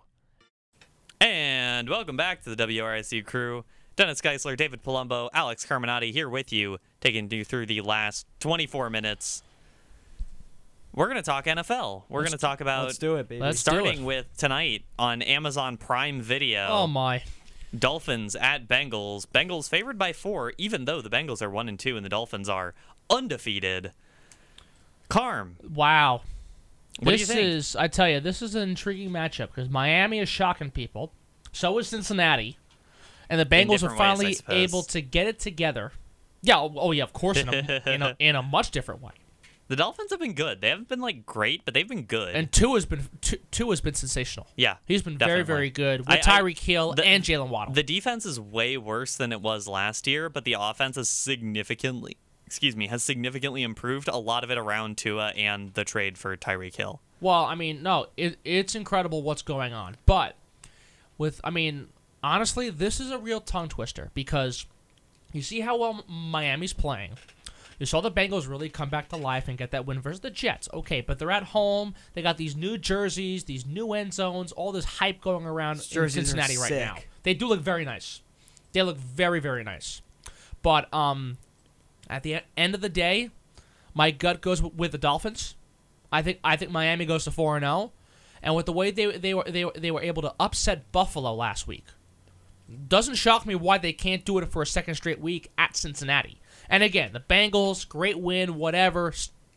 Speaker 2: And welcome back to the WRSU crew. Dennis Geisler, David Palumbo, Alex Carminati here with you, taking you through the last 24 minutes. We're going to talk NFL. We're going to talk about
Speaker 4: Let's do it, baby.
Speaker 3: Let's- do
Speaker 2: starting
Speaker 3: it.
Speaker 2: with tonight on Amazon Prime Video.
Speaker 3: Oh, my.
Speaker 2: Dolphins at Bengals. Bengals favored by four, even though the Bengals are one and two and the Dolphins are undefeated. Carm,
Speaker 3: Wow.
Speaker 2: what
Speaker 3: this
Speaker 2: do you think?
Speaker 3: is, I tell you, this is an intriguing matchup because Miami is shocking people. So is Cincinnati, and the Bengals
Speaker 2: different ways,
Speaker 3: are
Speaker 2: I
Speaker 3: finally
Speaker 2: suppose.
Speaker 3: able to get it together. Yeah. Oh, oh, yeah. Of course,
Speaker 2: *laughs*
Speaker 3: in a, in, a, in a much different way.
Speaker 2: the Dolphins have been good. They haven't been like great, but they've been good.
Speaker 3: And two has been two, two has been sensational.
Speaker 2: yeah,
Speaker 3: He's been
Speaker 2: definitely.
Speaker 3: very, very good
Speaker 2: I-
Speaker 3: with
Speaker 2: I-
Speaker 3: Tyreek Hill
Speaker 2: the-
Speaker 3: and Jalen Waddle.
Speaker 2: The defense is way worse than it was last year, but the offense has significantly, excuse me, has significantly improved. A lot of it around Tua and the trade for Tyreek Hill.
Speaker 3: Well, I mean, no, it, it's incredible what's going on. But with, I mean, honestly, this is a real tongue twister because you see how well Miami's playing. You saw the Bengals really come back to life and get that win versus the Jets. Okay, but they're at home. They got these new jerseys, these new end zones, all this hype going around in
Speaker 4: jerseys are
Speaker 3: Cincinnati right
Speaker 4: sick.
Speaker 3: now. They do look very nice. They look very, very nice. But um, at the end of the day, my gut goes with the Dolphins. I think I think Miami goes to four and zero, and with the way they they were they were, they were able to upset Buffalo last week, doesn't shock me why they can't do it for a second straight week at Cincinnati. And again, the Bengals, great win, whatever,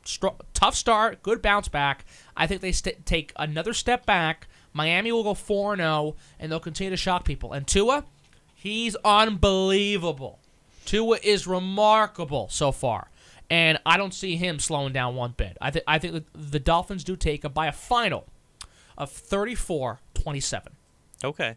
Speaker 3: str- tough start, good bounce back. I think they st- take another step back. Miami will go four and zero, and they'll continue to shock people. And Tua, he's unbelievable. Tua is remarkable so far, and I don't see him slowing down one bit. I think I think that the Dolphins do take it by a final of 34-27.
Speaker 2: Okay,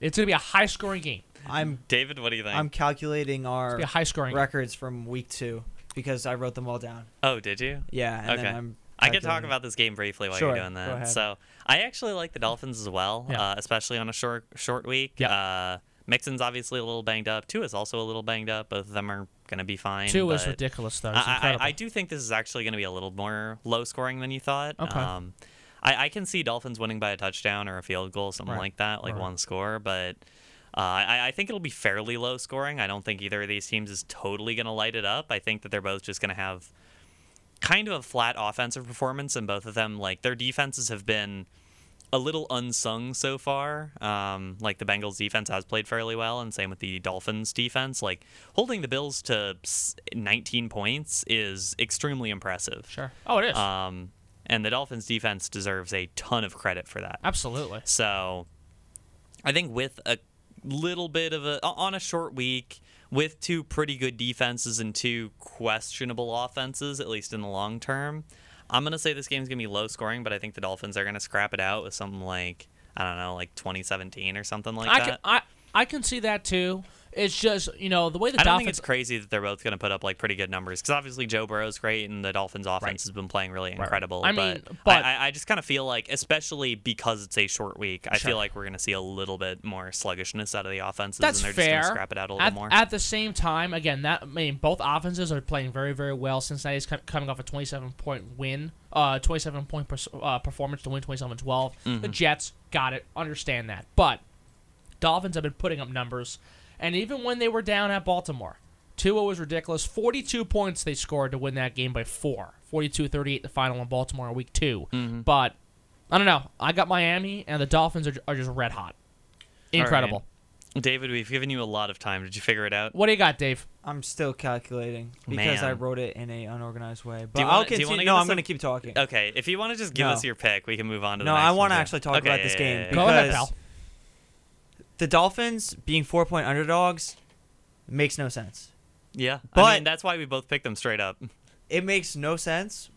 Speaker 3: It's going to be a high-scoring game.
Speaker 4: I'm
Speaker 2: David, what do you think?
Speaker 4: I'm calculating our
Speaker 3: be a high-scoring game.
Speaker 4: records from week two because I wrote them all down.
Speaker 2: oh, did you?
Speaker 4: Yeah, and
Speaker 2: okay.
Speaker 4: then I'm
Speaker 2: I can talk
Speaker 4: calculating.
Speaker 2: about this game briefly while
Speaker 4: Sure,
Speaker 2: you're doing
Speaker 4: go
Speaker 2: that.
Speaker 4: ahead.
Speaker 2: So I actually like the Dolphins as well,
Speaker 3: Yeah.
Speaker 2: uh, especially on a short short week.
Speaker 3: Yeah.
Speaker 2: Uh, Mixon's obviously a little banged up. Two is also a little banged up. Both of them are going to be fine.
Speaker 3: Two is
Speaker 2: but
Speaker 3: ridiculous, though. It's
Speaker 2: I,
Speaker 3: incredible.
Speaker 2: I, I do think this is actually going to be a little more low scoring than you thought.
Speaker 3: Okay.
Speaker 2: Um, I, I can see Dolphins winning by a touchdown or a field goal, something
Speaker 3: Right,
Speaker 2: like that, like
Speaker 3: right.
Speaker 2: one score. But uh, I, I think it'll be fairly low scoring. I don't think either of these teams is totally going to light it up. I think that they're both just going to have kind of a flat offensive performance, and both of them, like their defenses have been a little unsung so far. Um, like the Bengals defense has played fairly well, and same with the Dolphins defense. Like holding the Bills to s- 19 points is extremely impressive.
Speaker 3: Sure. Oh, it is.
Speaker 2: Um, and the Dolphins defense deserves a ton of credit for that.
Speaker 3: Absolutely.
Speaker 2: So I think with a little bit of a on a short week with two pretty good defenses and two questionable offenses at least in the long term, I'm going to say this game's going to be low scoring, but I think the Dolphins are going to scrap it out with something like I don't know, like 2017 or something like
Speaker 3: I
Speaker 2: that.
Speaker 3: can I I can see that too. It's just you know the way the
Speaker 2: I don't think
Speaker 3: Dolphins
Speaker 2: it's crazy that they're both going to put up like pretty good numbers because obviously Joe Burrow's great and the Dolphins' offense has been playing really incredible.
Speaker 3: I mean,
Speaker 2: but,
Speaker 3: but-
Speaker 2: I, I- I just kind of feel like, especially because it's a short week, I
Speaker 3: Sure.
Speaker 2: feel like we're going to see a little bit more sluggishness out of the offenses,
Speaker 3: That's
Speaker 2: and they're
Speaker 3: fair.
Speaker 2: just going to scrap it out a little
Speaker 3: at,
Speaker 2: more.
Speaker 3: at the same time, again, that I mean, both offenses are playing very, very well. Cincinnati's com- coming off a 27 point win, uh, 27 point pers- uh, performance to win 27 12.
Speaker 2: Mm-hmm.
Speaker 3: The Jets got it, understand that. But Dolphins have been putting up numbers, and even when they were down at Baltimore, Tua was ridiculous. 42 points they scored to win that game by four. 42 38 the final in Baltimore in week 2
Speaker 2: Mm-hmm.
Speaker 3: But I don't know. I got Miami, and the Dolphins are, are just red hot.
Speaker 2: All right.
Speaker 3: Incredible.
Speaker 2: David, we've given you a lot of time. Did you figure it out?
Speaker 3: What do you got, Dave?
Speaker 4: I'm still calculating because I
Speaker 2: Man.
Speaker 4: wrote it in a unorganized way. But
Speaker 2: you
Speaker 4: I'll
Speaker 2: wanna- do you
Speaker 4: continue.
Speaker 2: wanna
Speaker 4: no,
Speaker 2: give
Speaker 4: I'm
Speaker 2: us
Speaker 4: going
Speaker 2: a-
Speaker 4: to keep talking.
Speaker 2: Okay, if you want to just give
Speaker 4: No.
Speaker 2: us your pick, we can move on to the
Speaker 4: No,
Speaker 2: next
Speaker 4: I
Speaker 2: one,
Speaker 4: wanna
Speaker 2: too.
Speaker 4: actually talk
Speaker 2: Okay,
Speaker 4: about this
Speaker 2: yeah,
Speaker 4: game
Speaker 2: yeah, yeah.
Speaker 3: Go ahead,
Speaker 4: Because-
Speaker 3: pal.
Speaker 4: The Dolphins being four point underdogs makes no sense.
Speaker 2: Yeah, I
Speaker 4: But-
Speaker 2: mean, that's why we both picked them straight up.
Speaker 4: It makes no sense.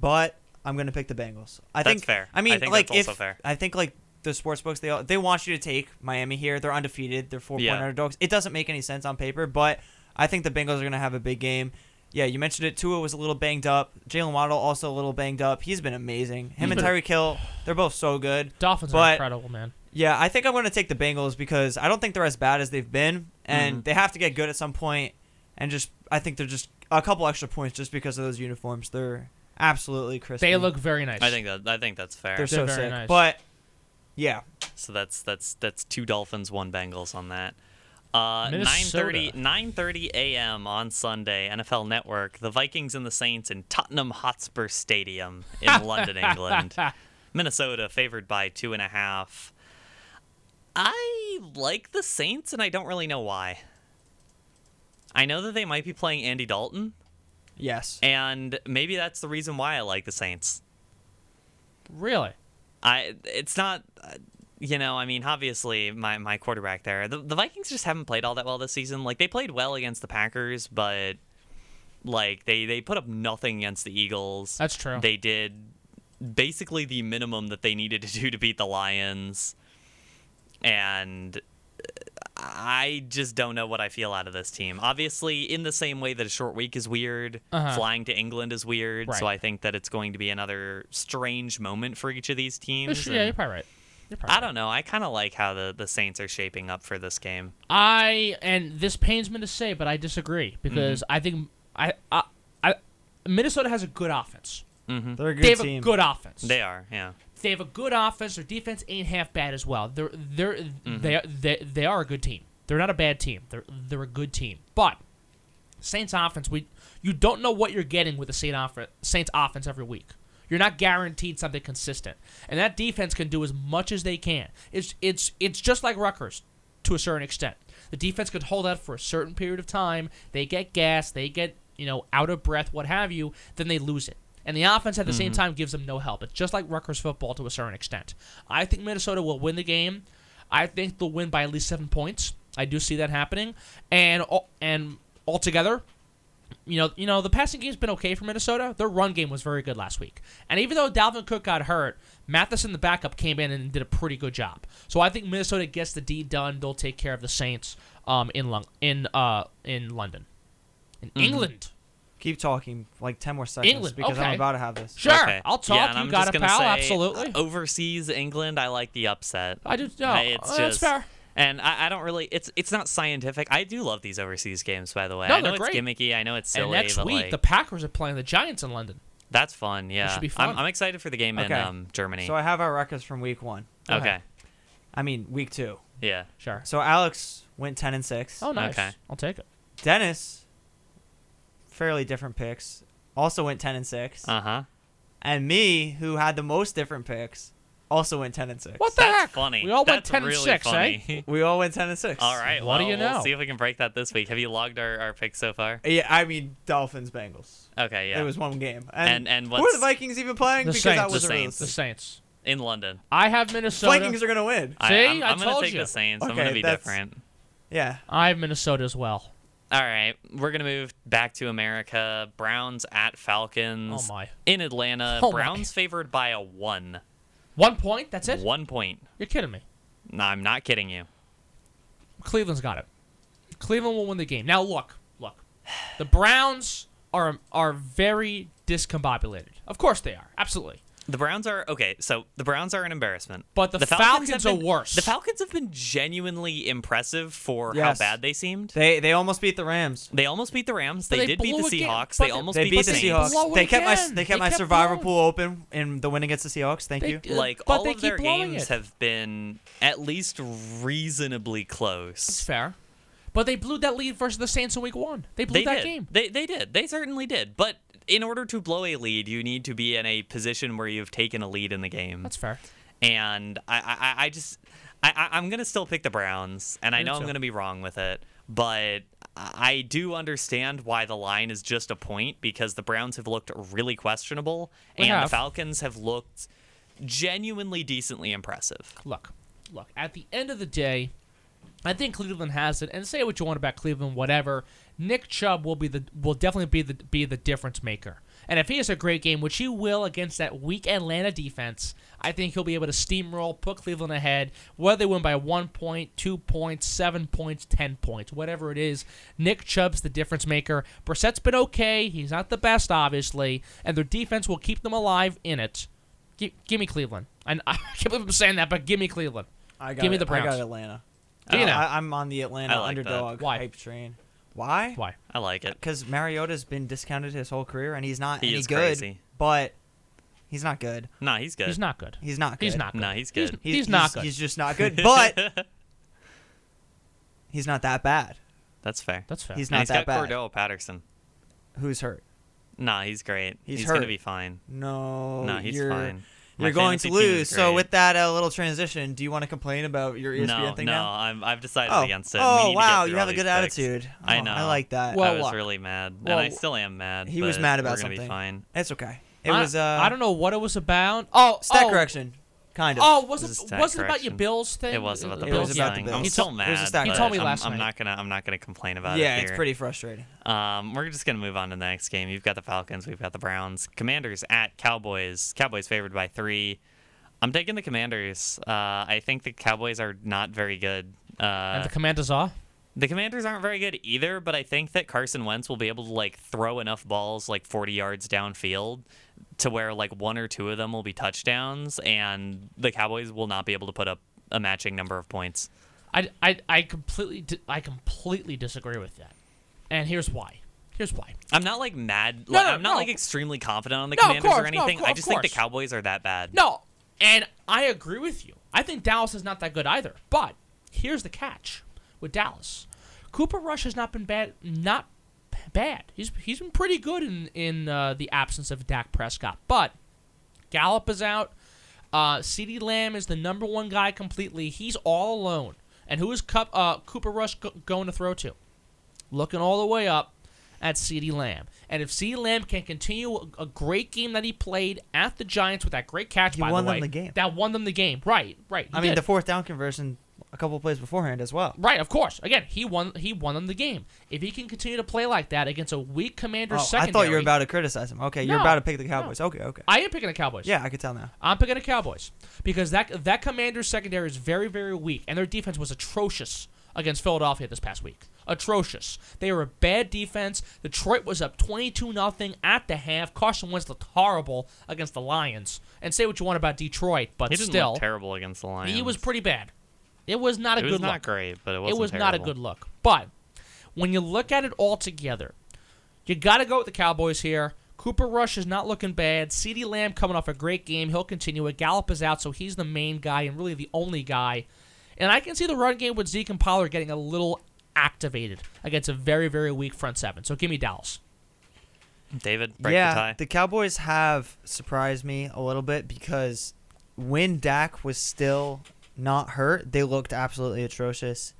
Speaker 4: But I'm going to pick the Bengals. I
Speaker 2: That's
Speaker 4: think
Speaker 2: fair.
Speaker 4: I mean,
Speaker 2: I think
Speaker 4: like
Speaker 2: that's
Speaker 4: if
Speaker 2: also fair.
Speaker 4: I think like the sports books they all, they want you to take Miami here. They're undefeated. They're four
Speaker 2: Yeah.
Speaker 4: point underdogs. It doesn't make any sense on paper, but I think the Bengals are going to have a big game. Yeah, you mentioned it. Tua was a little banged up. Jalen Waddle also a little banged up. He's been amazing. Him and
Speaker 3: been-
Speaker 4: Tyreek Hill, they're both so good.
Speaker 3: Dolphins are
Speaker 4: But-
Speaker 3: incredible, man.
Speaker 4: Yeah, I think I'm going to take the Bengals because I don't think they're as bad as they've been, and
Speaker 3: Mm-hmm.
Speaker 4: they have to get good at some point. And just, I think they're just a couple extra points just because of those uniforms. They're absolutely crisp.
Speaker 3: They look very nice.
Speaker 2: I think that I think that's fair.
Speaker 4: they're so
Speaker 3: very
Speaker 4: sick.
Speaker 3: nice.
Speaker 4: But yeah,
Speaker 2: So that's that's that's two Dolphins, one Bengals on that. Uh,
Speaker 3: Minnesota.
Speaker 2: 9:30 9:30 a.m. on Sunday, NFL Network. The Vikings and the Saints in Tottenham Hotspur Stadium in London, England. Minnesota favored by two and a half. I like the Saints, and I don't really know why. I know that they might be playing Andy Dalton,
Speaker 4: yes,
Speaker 2: and maybe that's the reason why I like the Saints.
Speaker 3: really.
Speaker 2: I it's not uh, you know I mean obviously my my quarterback there the, the Vikings just haven't played all that well this season like they played well against the Packers but like they they put up nothing against the Eagles
Speaker 3: That's true.
Speaker 2: they did basically the minimum that they needed to do to beat the Lions and I just don't know what I feel out of this team. Obviously, in the same way that a short week is weird,
Speaker 3: Uh-huh.
Speaker 2: flying to England is weird. So
Speaker 3: Right.
Speaker 2: I think that it's going to be another strange moment for each of these teams.
Speaker 3: Yeah, you're
Speaker 2: and
Speaker 3: probably right. You're probably
Speaker 2: I don't know. I kind of like how the, the Saints are shaping up for this game.
Speaker 3: I and this pains me to say, but I disagree because
Speaker 2: Mm-hmm.
Speaker 3: I think I, I I Minnesota has a good offense.
Speaker 4: they're a good
Speaker 3: they have
Speaker 4: team.
Speaker 3: a good offense.
Speaker 2: They are, yeah.
Speaker 3: They have a good offense. Their defense ain't half bad as well. They're they're
Speaker 2: Mm-hmm.
Speaker 3: they they they are a good team. They're not a bad team. They're they're a good team. But Saints offense, we you don't know what you're getting with the Saint off- Saints offense every week. You're not guaranteed something consistent, and that defense can do as much as they can. It's it's it's just like Rutgers to a certain extent. The defense could hold out for a certain period of time. They get gas, they get you know out of breath, what have you. Then they lose it, and the offense at the same time gives them no help. It's just like Rutgers football to a certain extent. I think Minnesota will win the game. I think they'll win by at least seven points. I do see that happening, and al- and altogether, you know, you know, the passing game's been okay for Minnesota. Their run game was very good last week, and even though Dalvin Cook got hurt, Matheson the backup came in and did a pretty good job. So I think Minnesota gets the deed done. They'll take care of the Saints um, in Lon- in uh, in London, in England.
Speaker 4: Keep talking like ten more seconds
Speaker 3: England,
Speaker 4: because
Speaker 3: okay.
Speaker 4: I'm about to have this.
Speaker 3: Sure,
Speaker 2: Okay.
Speaker 3: I'll talk.
Speaker 2: Yeah, and
Speaker 3: you
Speaker 2: I'm
Speaker 3: got
Speaker 2: just
Speaker 3: a
Speaker 2: gonna
Speaker 3: pal,
Speaker 2: say,
Speaker 3: absolutely.
Speaker 2: uh, overseas England, I like the upset.
Speaker 3: I do. No,
Speaker 2: Uh, it's
Speaker 3: uh, that's
Speaker 2: just,
Speaker 3: fair.
Speaker 2: And I, I don't really. It's it's not scientific. I do love these overseas games, by the way.
Speaker 3: No,
Speaker 2: I know
Speaker 3: they're
Speaker 2: it's
Speaker 3: great.
Speaker 2: gimmicky. I know it's silly,
Speaker 3: And next
Speaker 2: but
Speaker 3: week,
Speaker 2: like,
Speaker 3: the Packers are playing the Giants in London.
Speaker 2: that's fun. Yeah,
Speaker 3: should be fun.
Speaker 2: I'm, I'm excited for the game in
Speaker 4: Okay.
Speaker 2: um, Germany.
Speaker 4: So I have our records from week one.
Speaker 2: okay.
Speaker 3: okay.
Speaker 4: I mean week two.
Speaker 2: Yeah.
Speaker 3: Sure.
Speaker 4: So Alex went ten and six.
Speaker 3: Oh, nice.
Speaker 2: Okay.
Speaker 3: I'll take it.
Speaker 4: Dennis, fairly different picks, also went ten and six.
Speaker 2: Uh huh.
Speaker 4: and me, who had the most different picks, also went ten and six.
Speaker 3: What the
Speaker 2: That's
Speaker 3: heck?
Speaker 2: funny.
Speaker 3: We all went
Speaker 2: That's
Speaker 3: 10 and
Speaker 2: really
Speaker 3: 6, eh?
Speaker 2: funny. *laughs* eh?
Speaker 4: We all went ten and six.
Speaker 2: all right.
Speaker 3: What do
Speaker 2: well,
Speaker 3: you know?
Speaker 2: We'll see if we can break that this week. Have you logged our, our picks so far?
Speaker 4: Yeah, I mean Dolphins Bengals.
Speaker 2: Okay. Yeah.
Speaker 4: It was one game.
Speaker 2: And-
Speaker 4: And
Speaker 2: and
Speaker 4: who are
Speaker 2: what's-
Speaker 4: the Vikings even playing?
Speaker 3: The
Speaker 4: because
Speaker 3: Saints.
Speaker 4: that was
Speaker 2: The Saints.
Speaker 3: The Saints.
Speaker 2: in London.
Speaker 3: I have Minnesota.
Speaker 4: Vikings are gonna win.
Speaker 2: I,
Speaker 3: See?
Speaker 2: I'm,
Speaker 3: I
Speaker 2: I'm
Speaker 3: told
Speaker 2: gonna take
Speaker 3: you.
Speaker 2: the Saints. I'm
Speaker 4: Okay,
Speaker 2: gonna be
Speaker 4: that's-
Speaker 2: different.
Speaker 4: Yeah.
Speaker 3: I have Minnesota as well.
Speaker 2: All right, we're gonna move back to America. Browns at Falcons.
Speaker 3: Oh, my.
Speaker 2: In Atlanta,
Speaker 3: Oh, my.
Speaker 2: Browns favored by a one.
Speaker 3: One point. That's it.
Speaker 2: One point.
Speaker 3: You're kidding me.
Speaker 2: No, I'm not kidding you.
Speaker 3: Cleveland's got it. Cleveland will win the game. Now look, look. The Browns are are very discombobulated. Of course they are. Absolutely.
Speaker 2: The Browns are okay. So the Browns are an embarrassment,
Speaker 3: But the
Speaker 2: have
Speaker 3: Falcons are
Speaker 2: been-
Speaker 3: worse.
Speaker 2: The Falcons have been genuinely impressive for
Speaker 4: Yes.
Speaker 2: how bad they seemed. They,
Speaker 4: They they almost beat the Rams.
Speaker 2: almost beat the Rams.
Speaker 3: But
Speaker 2: They,
Speaker 3: they
Speaker 2: did beat the
Speaker 3: blew a game,
Speaker 2: Seahawks. They
Speaker 3: but they-
Speaker 2: almost
Speaker 4: They
Speaker 2: beat,
Speaker 4: beat
Speaker 2: the
Speaker 4: the
Speaker 2: Saints.
Speaker 4: Seahawks.
Speaker 3: Blow it
Speaker 4: They kept my
Speaker 3: again.
Speaker 4: they
Speaker 3: They
Speaker 4: kept my
Speaker 3: kept
Speaker 4: survivor
Speaker 3: blowing.
Speaker 4: pool open in the win against the Seahawks. Thank
Speaker 3: They
Speaker 4: you.
Speaker 3: did.
Speaker 2: Like
Speaker 3: But
Speaker 2: all
Speaker 3: they
Speaker 2: of their
Speaker 3: keep blowing
Speaker 2: games
Speaker 3: it.
Speaker 2: have been at least reasonably
Speaker 3: It's
Speaker 2: close.
Speaker 3: fair. But they blew that lead versus the Saints in Week One. They blew
Speaker 2: They
Speaker 3: that
Speaker 2: did.
Speaker 3: game.
Speaker 2: They they did. They certainly did. But in order to blow a lead, you need to be in a position where you've taken a lead in the game.
Speaker 3: That's fair.
Speaker 2: and I, I, I just I, I I'm gonna still pick the Browns, and I
Speaker 4: Me
Speaker 2: know I'm
Speaker 4: too.
Speaker 2: gonna be wrong with it, but I do understand why the line is just a point because the Browns have looked really questionable,
Speaker 3: We
Speaker 2: and
Speaker 3: have.
Speaker 2: the Falcons have looked genuinely decently impressive.
Speaker 3: look, look. At the end of the day, I think Cleveland has it. And say what you want about Cleveland, whatever. Nick Chubb will be the will definitely be the be the difference maker. And if he has a great game, which he will against that weak Atlanta defense, I think he'll be able to steamroll, put Cleveland ahead, whether they win by one point, two points, seven points, ten points, whatever it is. Nick Chubb's the difference maker. Brissett's been okay. He's not the best, obviously, and their defense will keep them alive in it. Give, give me Cleveland. *laughs* I, I can't believe I'm saying that, but give me Cleveland.
Speaker 4: I got
Speaker 3: Give me
Speaker 4: it.
Speaker 3: the Browns.
Speaker 4: I got Atlanta.
Speaker 3: Do you
Speaker 4: Uh,
Speaker 3: know?
Speaker 4: I, I'm on the Atlanta
Speaker 2: I like that.
Speaker 4: underdog
Speaker 3: Why?
Speaker 4: hype train. Why?
Speaker 3: Why?
Speaker 2: I like it.
Speaker 4: Because Mariota's been discounted his whole career, and he's not
Speaker 2: He
Speaker 4: any
Speaker 2: is
Speaker 4: good.
Speaker 2: crazy.
Speaker 4: But he's not good.
Speaker 2: Nah, he's good.
Speaker 3: He's not good.
Speaker 4: He's not good.
Speaker 3: He's not good.
Speaker 2: Nah, he's
Speaker 3: He's,
Speaker 2: good.
Speaker 4: He's,
Speaker 3: he's not good.
Speaker 4: He's just not good. But
Speaker 2: *laughs*
Speaker 4: he's not that bad.
Speaker 2: That's fair.
Speaker 3: That's fair.
Speaker 4: He's
Speaker 2: And
Speaker 4: not
Speaker 2: he's
Speaker 4: that
Speaker 2: got
Speaker 4: bad.
Speaker 2: Cordell Patterson.
Speaker 4: Who's hurt?
Speaker 2: Nah, he's great.
Speaker 4: He's
Speaker 2: gonna
Speaker 4: hurt.
Speaker 2: be fine.
Speaker 4: No.
Speaker 2: nah, he's
Speaker 4: you're,
Speaker 2: fine. My
Speaker 4: You're going
Speaker 2: fantasy
Speaker 4: to
Speaker 2: team is
Speaker 4: lose. So
Speaker 2: great.
Speaker 4: with E that uh, little transition, do you want to complain about your ESPN
Speaker 2: no,
Speaker 4: thing
Speaker 2: no,
Speaker 4: now?
Speaker 2: I'm, I've decided
Speaker 4: Oh,
Speaker 2: against it. We need to
Speaker 4: oh
Speaker 2: get
Speaker 4: wow,
Speaker 2: through
Speaker 4: you
Speaker 2: all
Speaker 4: have a
Speaker 2: these
Speaker 4: good
Speaker 2: picks.
Speaker 4: attitude.
Speaker 2: I
Speaker 4: Oh,
Speaker 2: know.
Speaker 4: I like that.
Speaker 3: Well,
Speaker 2: I was
Speaker 3: look.
Speaker 2: really mad,
Speaker 3: Well,
Speaker 2: and I
Speaker 3: look.
Speaker 2: still am mad.
Speaker 4: He was
Speaker 2: but
Speaker 4: mad about
Speaker 2: we're gonna Be
Speaker 4: something.
Speaker 2: fine.
Speaker 4: It's okay. It
Speaker 3: I-
Speaker 4: was. Uh,
Speaker 3: I don't know what it was about. Oh,
Speaker 4: Stat
Speaker 3: oh,
Speaker 4: correction, kind of.
Speaker 3: Oh,
Speaker 2: It was a
Speaker 3: was
Speaker 2: stat
Speaker 3: it was it about your
Speaker 2: correction.
Speaker 3: Bills thing?
Speaker 2: It was about the
Speaker 4: It
Speaker 2: Bills.
Speaker 4: was about the
Speaker 2: thing.
Speaker 4: Bills.
Speaker 2: I'm
Speaker 4: He
Speaker 2: still
Speaker 4: told-
Speaker 2: mad.
Speaker 4: it was a stat
Speaker 2: but
Speaker 3: correction. He told me
Speaker 2: I'm-
Speaker 3: last
Speaker 2: I'm,
Speaker 3: night.
Speaker 2: not gonna. I'm not gonna complain about
Speaker 4: yeah,
Speaker 2: it.
Speaker 4: it's
Speaker 2: here.
Speaker 4: pretty frustrating.
Speaker 2: Um, we're just gonna move on to the next game. You've got the Falcons. We've got the Browns. Commanders at Cowboys. Cowboys favored by three. I'm taking the Commanders. Uh, I think the Cowboys are not very good. Uh,
Speaker 3: And the commanders are.
Speaker 2: The Commanders aren't very good either, but I think that Carson Wentz will be able to like throw enough balls like 40 yards downfield to where like one or two of them will be touchdowns and the Cowboys will not be able to put up a matching number of points.
Speaker 3: I, I, I completely di- I completely disagree with that. And here's why. Here's why.
Speaker 2: I'm not like mad
Speaker 3: No,
Speaker 2: like,
Speaker 3: no,
Speaker 2: I'm not
Speaker 3: no.
Speaker 2: like extremely confident on the
Speaker 3: No, of
Speaker 2: Commanders or
Speaker 3: course, no, of
Speaker 2: anything.
Speaker 3: cour-
Speaker 2: I
Speaker 3: of
Speaker 2: just think the
Speaker 3: course.
Speaker 2: Cowboys are that bad.
Speaker 3: No, and I agree with you. I think Dallas is not that good either. But here's the catch with Dallas: Cooper Rush has not been bad. Not b- bad. He's he's been pretty good in in uh, the absence of Dak Prescott. But Gallup is out. Uh, CeeDee Lamb is the number one guy completely. He's all alone. And who is Cup, uh, Cooper Rush go- going to throw to? looking all the way up at CeeDee Lamb. And if CeeDee Lamb can continue a, a great game that he played at the Giants with that great catch,
Speaker 4: He
Speaker 3: by
Speaker 4: won
Speaker 3: the
Speaker 4: them
Speaker 3: way,
Speaker 4: the game.
Speaker 3: that won them the game. Right, right. he
Speaker 4: I mean,
Speaker 3: did.
Speaker 4: the fourth down conversion a couple of plays beforehand as well.
Speaker 3: right, of course. Again, he won. He won them the game. If he can continue to play like that against a weak commander
Speaker 4: Oh, I
Speaker 3: secondary,
Speaker 4: thought you were about to criticize him. Okay, you're
Speaker 3: No,
Speaker 4: about to pick the
Speaker 3: no.
Speaker 4: Cowboys. Okay, okay.
Speaker 3: I am picking the Cowboys.
Speaker 4: yeah, I could tell now.
Speaker 3: I'm picking the Cowboys because that that Commanders secondary is very very weak, and their defense was atrocious against Philadelphia this past week. Atrocious. They were a bad defense. Detroit was up 22 nothing at the half. Carson Wentz looked horrible against the Lions. And say what you want about Detroit, but
Speaker 2: He didn't
Speaker 3: still,
Speaker 2: look terrible against the Lions.
Speaker 3: he was pretty bad. It was not a
Speaker 2: It
Speaker 3: good
Speaker 2: was not
Speaker 3: look
Speaker 2: great, but it,
Speaker 3: it
Speaker 2: wasn't
Speaker 3: was not a
Speaker 2: terrible.
Speaker 3: good look. But when you look at it all together, you got to go with the Cowboys here. Cooper Rush is not looking bad. CeeDee Lamb coming off a great game. He'll continue it. Gallup is out, so he's the main guy and really the only guy. And I can see the run game with Zeke and Pollard getting a little activated against a very, very weak front seven. So give me Dallas.
Speaker 2: David, break
Speaker 4: yeah,
Speaker 2: the tie.
Speaker 4: Cowboys have surprised me a little bit because when Dak was still not hurt, they looked absolutely atrocious.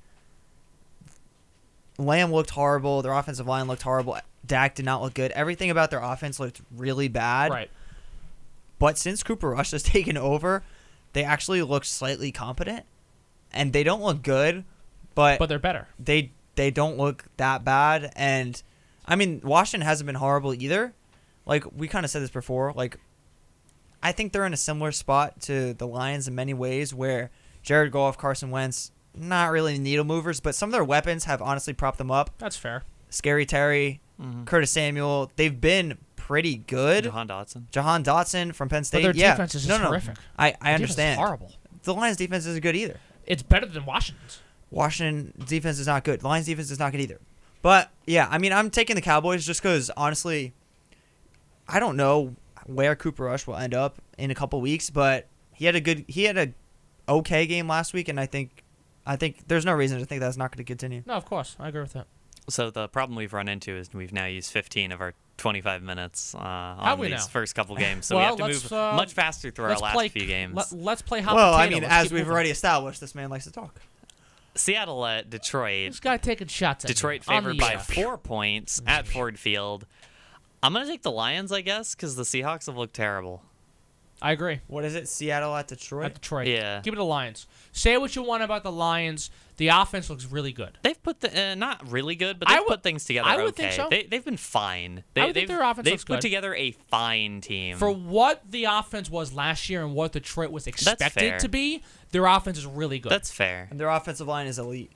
Speaker 4: Lamb looked horrible. Their offensive line looked horrible. Dak did not look good. Everything about their offense looked really bad.
Speaker 3: Right.
Speaker 4: But since Cooper Rush has *laughs* taken over, they actually look slightly competent, and they don't look good, but,
Speaker 3: But they're better.
Speaker 4: they they don't look that bad. And I mean, Washington hasn't been horrible either. Like we kind of said this before. Like I think they're in a similar spot to the Lions in many ways, where Jared Goff, Carson Wentz, not really needle movers, but some of their weapons have honestly propped them up.
Speaker 3: That's fair.
Speaker 4: Scary Terry,
Speaker 3: Mm-hmm.
Speaker 4: Curtis Samuel, they've been pretty good.
Speaker 2: Jahan Dotson.
Speaker 4: Jahan Dotson from Penn State.
Speaker 3: their
Speaker 4: yeah.
Speaker 3: defense is
Speaker 4: no,
Speaker 3: just
Speaker 4: no.
Speaker 3: horrific.
Speaker 4: I, I
Speaker 3: Defense is
Speaker 4: understand.
Speaker 3: horrible.
Speaker 4: The Lions defense isn't good either.
Speaker 3: It's better than Washington's.
Speaker 4: Washington defense is not good. The Lions defense is not good either. But yeah, I mean, I'm taking the Cowboys just because honestly, I don't know where Cooper Rush will end up in a couple weeks, but he had a good, he had a okay game last week, and I think, I think there's no reason to think that's not going to continue.
Speaker 3: No, of course. I agree with that.
Speaker 2: So the problem we've run into is we've now used 15 of our 25 minutes uh,
Speaker 3: How
Speaker 2: on
Speaker 3: we
Speaker 2: these
Speaker 3: know?
Speaker 2: first
Speaker 3: *laughs*
Speaker 2: couple games, so
Speaker 3: Well,
Speaker 2: we have to
Speaker 3: let's,
Speaker 2: move
Speaker 3: uh,
Speaker 2: much faster through our
Speaker 3: let's
Speaker 2: last
Speaker 3: play,
Speaker 2: few games.
Speaker 3: Let, us play hot
Speaker 4: Well,
Speaker 3: potato.
Speaker 4: I mean,
Speaker 3: Let's
Speaker 4: as
Speaker 3: keep
Speaker 4: we've
Speaker 3: moving.
Speaker 4: already established, this man likes to talk.
Speaker 2: Seattle at Detroit.
Speaker 3: this guy taking shots. At
Speaker 2: Detroit
Speaker 3: me on
Speaker 2: favored
Speaker 3: the
Speaker 2: by
Speaker 3: air.
Speaker 2: four points at Ford Field. I'm gonna take the Lions, I guess, because the Seahawks have looked terrible.
Speaker 3: I agree.
Speaker 4: What is it? Seattle at Detroit.
Speaker 3: At Detroit,
Speaker 2: Yeah.
Speaker 3: Give it the Lions. Say what you want about the Lions. The offense looks really good.
Speaker 2: They've put the uh, not really good, but they've
Speaker 3: I would-
Speaker 2: put things together.
Speaker 3: I would
Speaker 2: okay.
Speaker 3: think so.
Speaker 2: They, they've been fine. They,
Speaker 3: I would
Speaker 2: they've,
Speaker 3: think their offense
Speaker 2: They've
Speaker 3: looks
Speaker 2: put
Speaker 3: good.
Speaker 2: together a fine team.
Speaker 3: For what the offense was last year and what Detroit was
Speaker 2: fair.
Speaker 3: expected to be, their offense is really good.
Speaker 2: that's fair.
Speaker 4: and their offensive line is elite.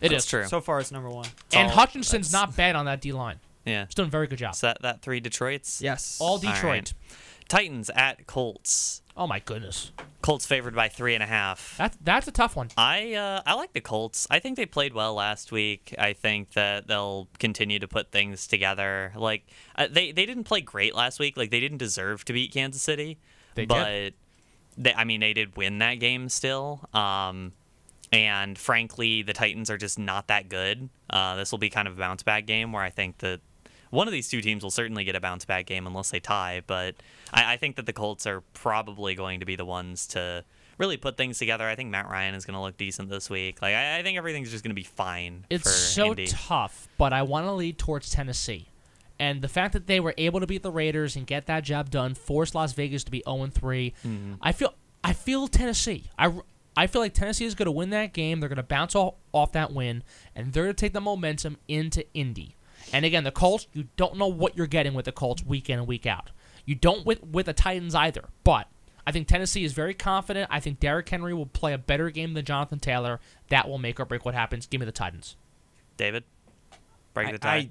Speaker 3: It
Speaker 2: that's
Speaker 3: is.
Speaker 2: true.
Speaker 4: So far, it's number one.
Speaker 3: And
Speaker 2: all-
Speaker 3: Hutchinson's
Speaker 2: that's-
Speaker 3: not bad on that D line.
Speaker 2: yeah.
Speaker 3: He's doing a very good job.
Speaker 2: So that that three Detroit's.
Speaker 4: Yes.
Speaker 3: All
Speaker 2: All
Speaker 3: Detroit.
Speaker 2: right. Titans at Colts.
Speaker 3: Oh my goodness,
Speaker 2: Colts favored by three and a half.
Speaker 3: that's that's a tough one.
Speaker 2: I uh, I like the Colts. I think they played well last week. I think that they'll continue to put things together. Like uh, they they didn't play great last week. Like they didn't deserve to beat Kansas City.
Speaker 3: They did.
Speaker 2: but They, I mean, they did win that game still. Um, and frankly, the Titans are just not that good. Uh, this will be kind of a bounce back game where I think that one of these two teams will certainly get a bounce back game unless they tie. But I, I think that the Colts are probably going to be the ones to really put things together. I think Matt Ryan is going to look decent this week. Like I, I think everything's just going to be fine. for
Speaker 3: It's so
Speaker 2: Indy.
Speaker 3: tough, but I want to lead towards Tennessee. And the fact that they were able to beat the Raiders and get that job done forced Las Vegas to be 0 3.
Speaker 2: Mm-hmm.
Speaker 3: I feel I feel Tennessee. I, r- I feel like Tennessee is going to win that game. They're going to bounce off, off that win, and they're going to take the momentum into Indy. And again, the Colts, you don't know what you're getting with the Colts week in and week out. You don't with, with the Titans either, but I think Tennessee is very confident. I think Derrick Henry will play a better game than Jonathan Taylor. That will make or break what happens. Give me the Titans.
Speaker 2: David, break
Speaker 4: I,
Speaker 2: the tie.
Speaker 4: I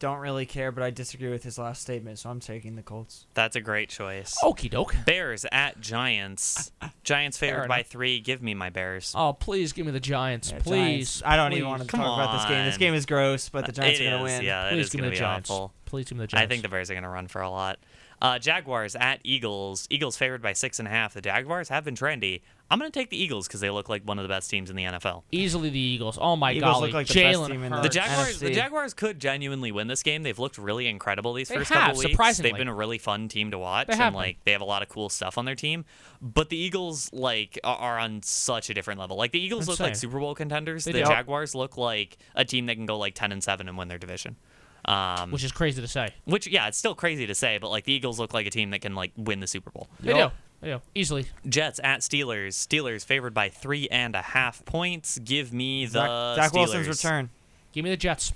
Speaker 4: don't really care, but I disagree with his last statement, so I'm taking the Colts.
Speaker 2: That's a great choice.
Speaker 3: Okie doke.
Speaker 2: Bears at Giants. Giants
Speaker 3: Fair
Speaker 2: favored by
Speaker 3: enough.
Speaker 2: three. Give me my Bears.
Speaker 3: Oh, please give me the Giants.
Speaker 4: Yeah,
Speaker 3: please.
Speaker 4: Giants. I don't even
Speaker 3: please.
Speaker 4: want to
Speaker 2: Come
Speaker 4: talk about this game. This
Speaker 2: on.
Speaker 4: game is gross, but the Giants
Speaker 2: It
Speaker 4: are gonna
Speaker 2: is,
Speaker 4: win.
Speaker 2: Yeah, it
Speaker 3: Please
Speaker 2: is
Speaker 3: give
Speaker 2: gonna
Speaker 3: me
Speaker 2: be
Speaker 3: the Giants.
Speaker 2: awful.
Speaker 3: Please give me the Giants.
Speaker 2: I think the Bears are going to run for a lot. Uh, Jaguars at Eagles. Eagles favored by six and a half. The Jaguars have been trendy. I'm going to take the Eagles because they look like one of the best teams in the NFL.
Speaker 3: easily the Eagles. Oh my
Speaker 4: Eagles
Speaker 3: golly,
Speaker 4: look like the best
Speaker 3: Jalen
Speaker 4: team in the-
Speaker 3: Hurts.
Speaker 2: The
Speaker 4: Hurts.
Speaker 2: Jaguars, the
Speaker 4: NFC.
Speaker 2: Jaguars could genuinely win this game. They've looked really incredible these
Speaker 3: They
Speaker 2: first
Speaker 3: have,
Speaker 2: couple weeks.
Speaker 3: surprisingly.
Speaker 2: They've been a really fun team to watch,
Speaker 3: They have
Speaker 2: and
Speaker 3: been.
Speaker 2: like they have a lot of cool stuff on their team. But the Eagles, like, are, are on such a different level. Like the Eagles look like
Speaker 3: Insane.
Speaker 2: Super Bowl contenders.
Speaker 3: They
Speaker 2: the
Speaker 3: do.
Speaker 2: Jaguars look like a team that can go like ten and seven and win their division. Um,
Speaker 3: which is crazy to say.
Speaker 2: which yeah, it's still crazy to say, but like the Eagles look like a team that can like win the Super Bowl.
Speaker 3: They do. They do. Easily.
Speaker 2: Jets at Steelers. Steelers favored by three and a half points. Give me the
Speaker 4: Zach, Zach Wilson's
Speaker 2: Steelers.
Speaker 4: return.
Speaker 3: Give me the Jets.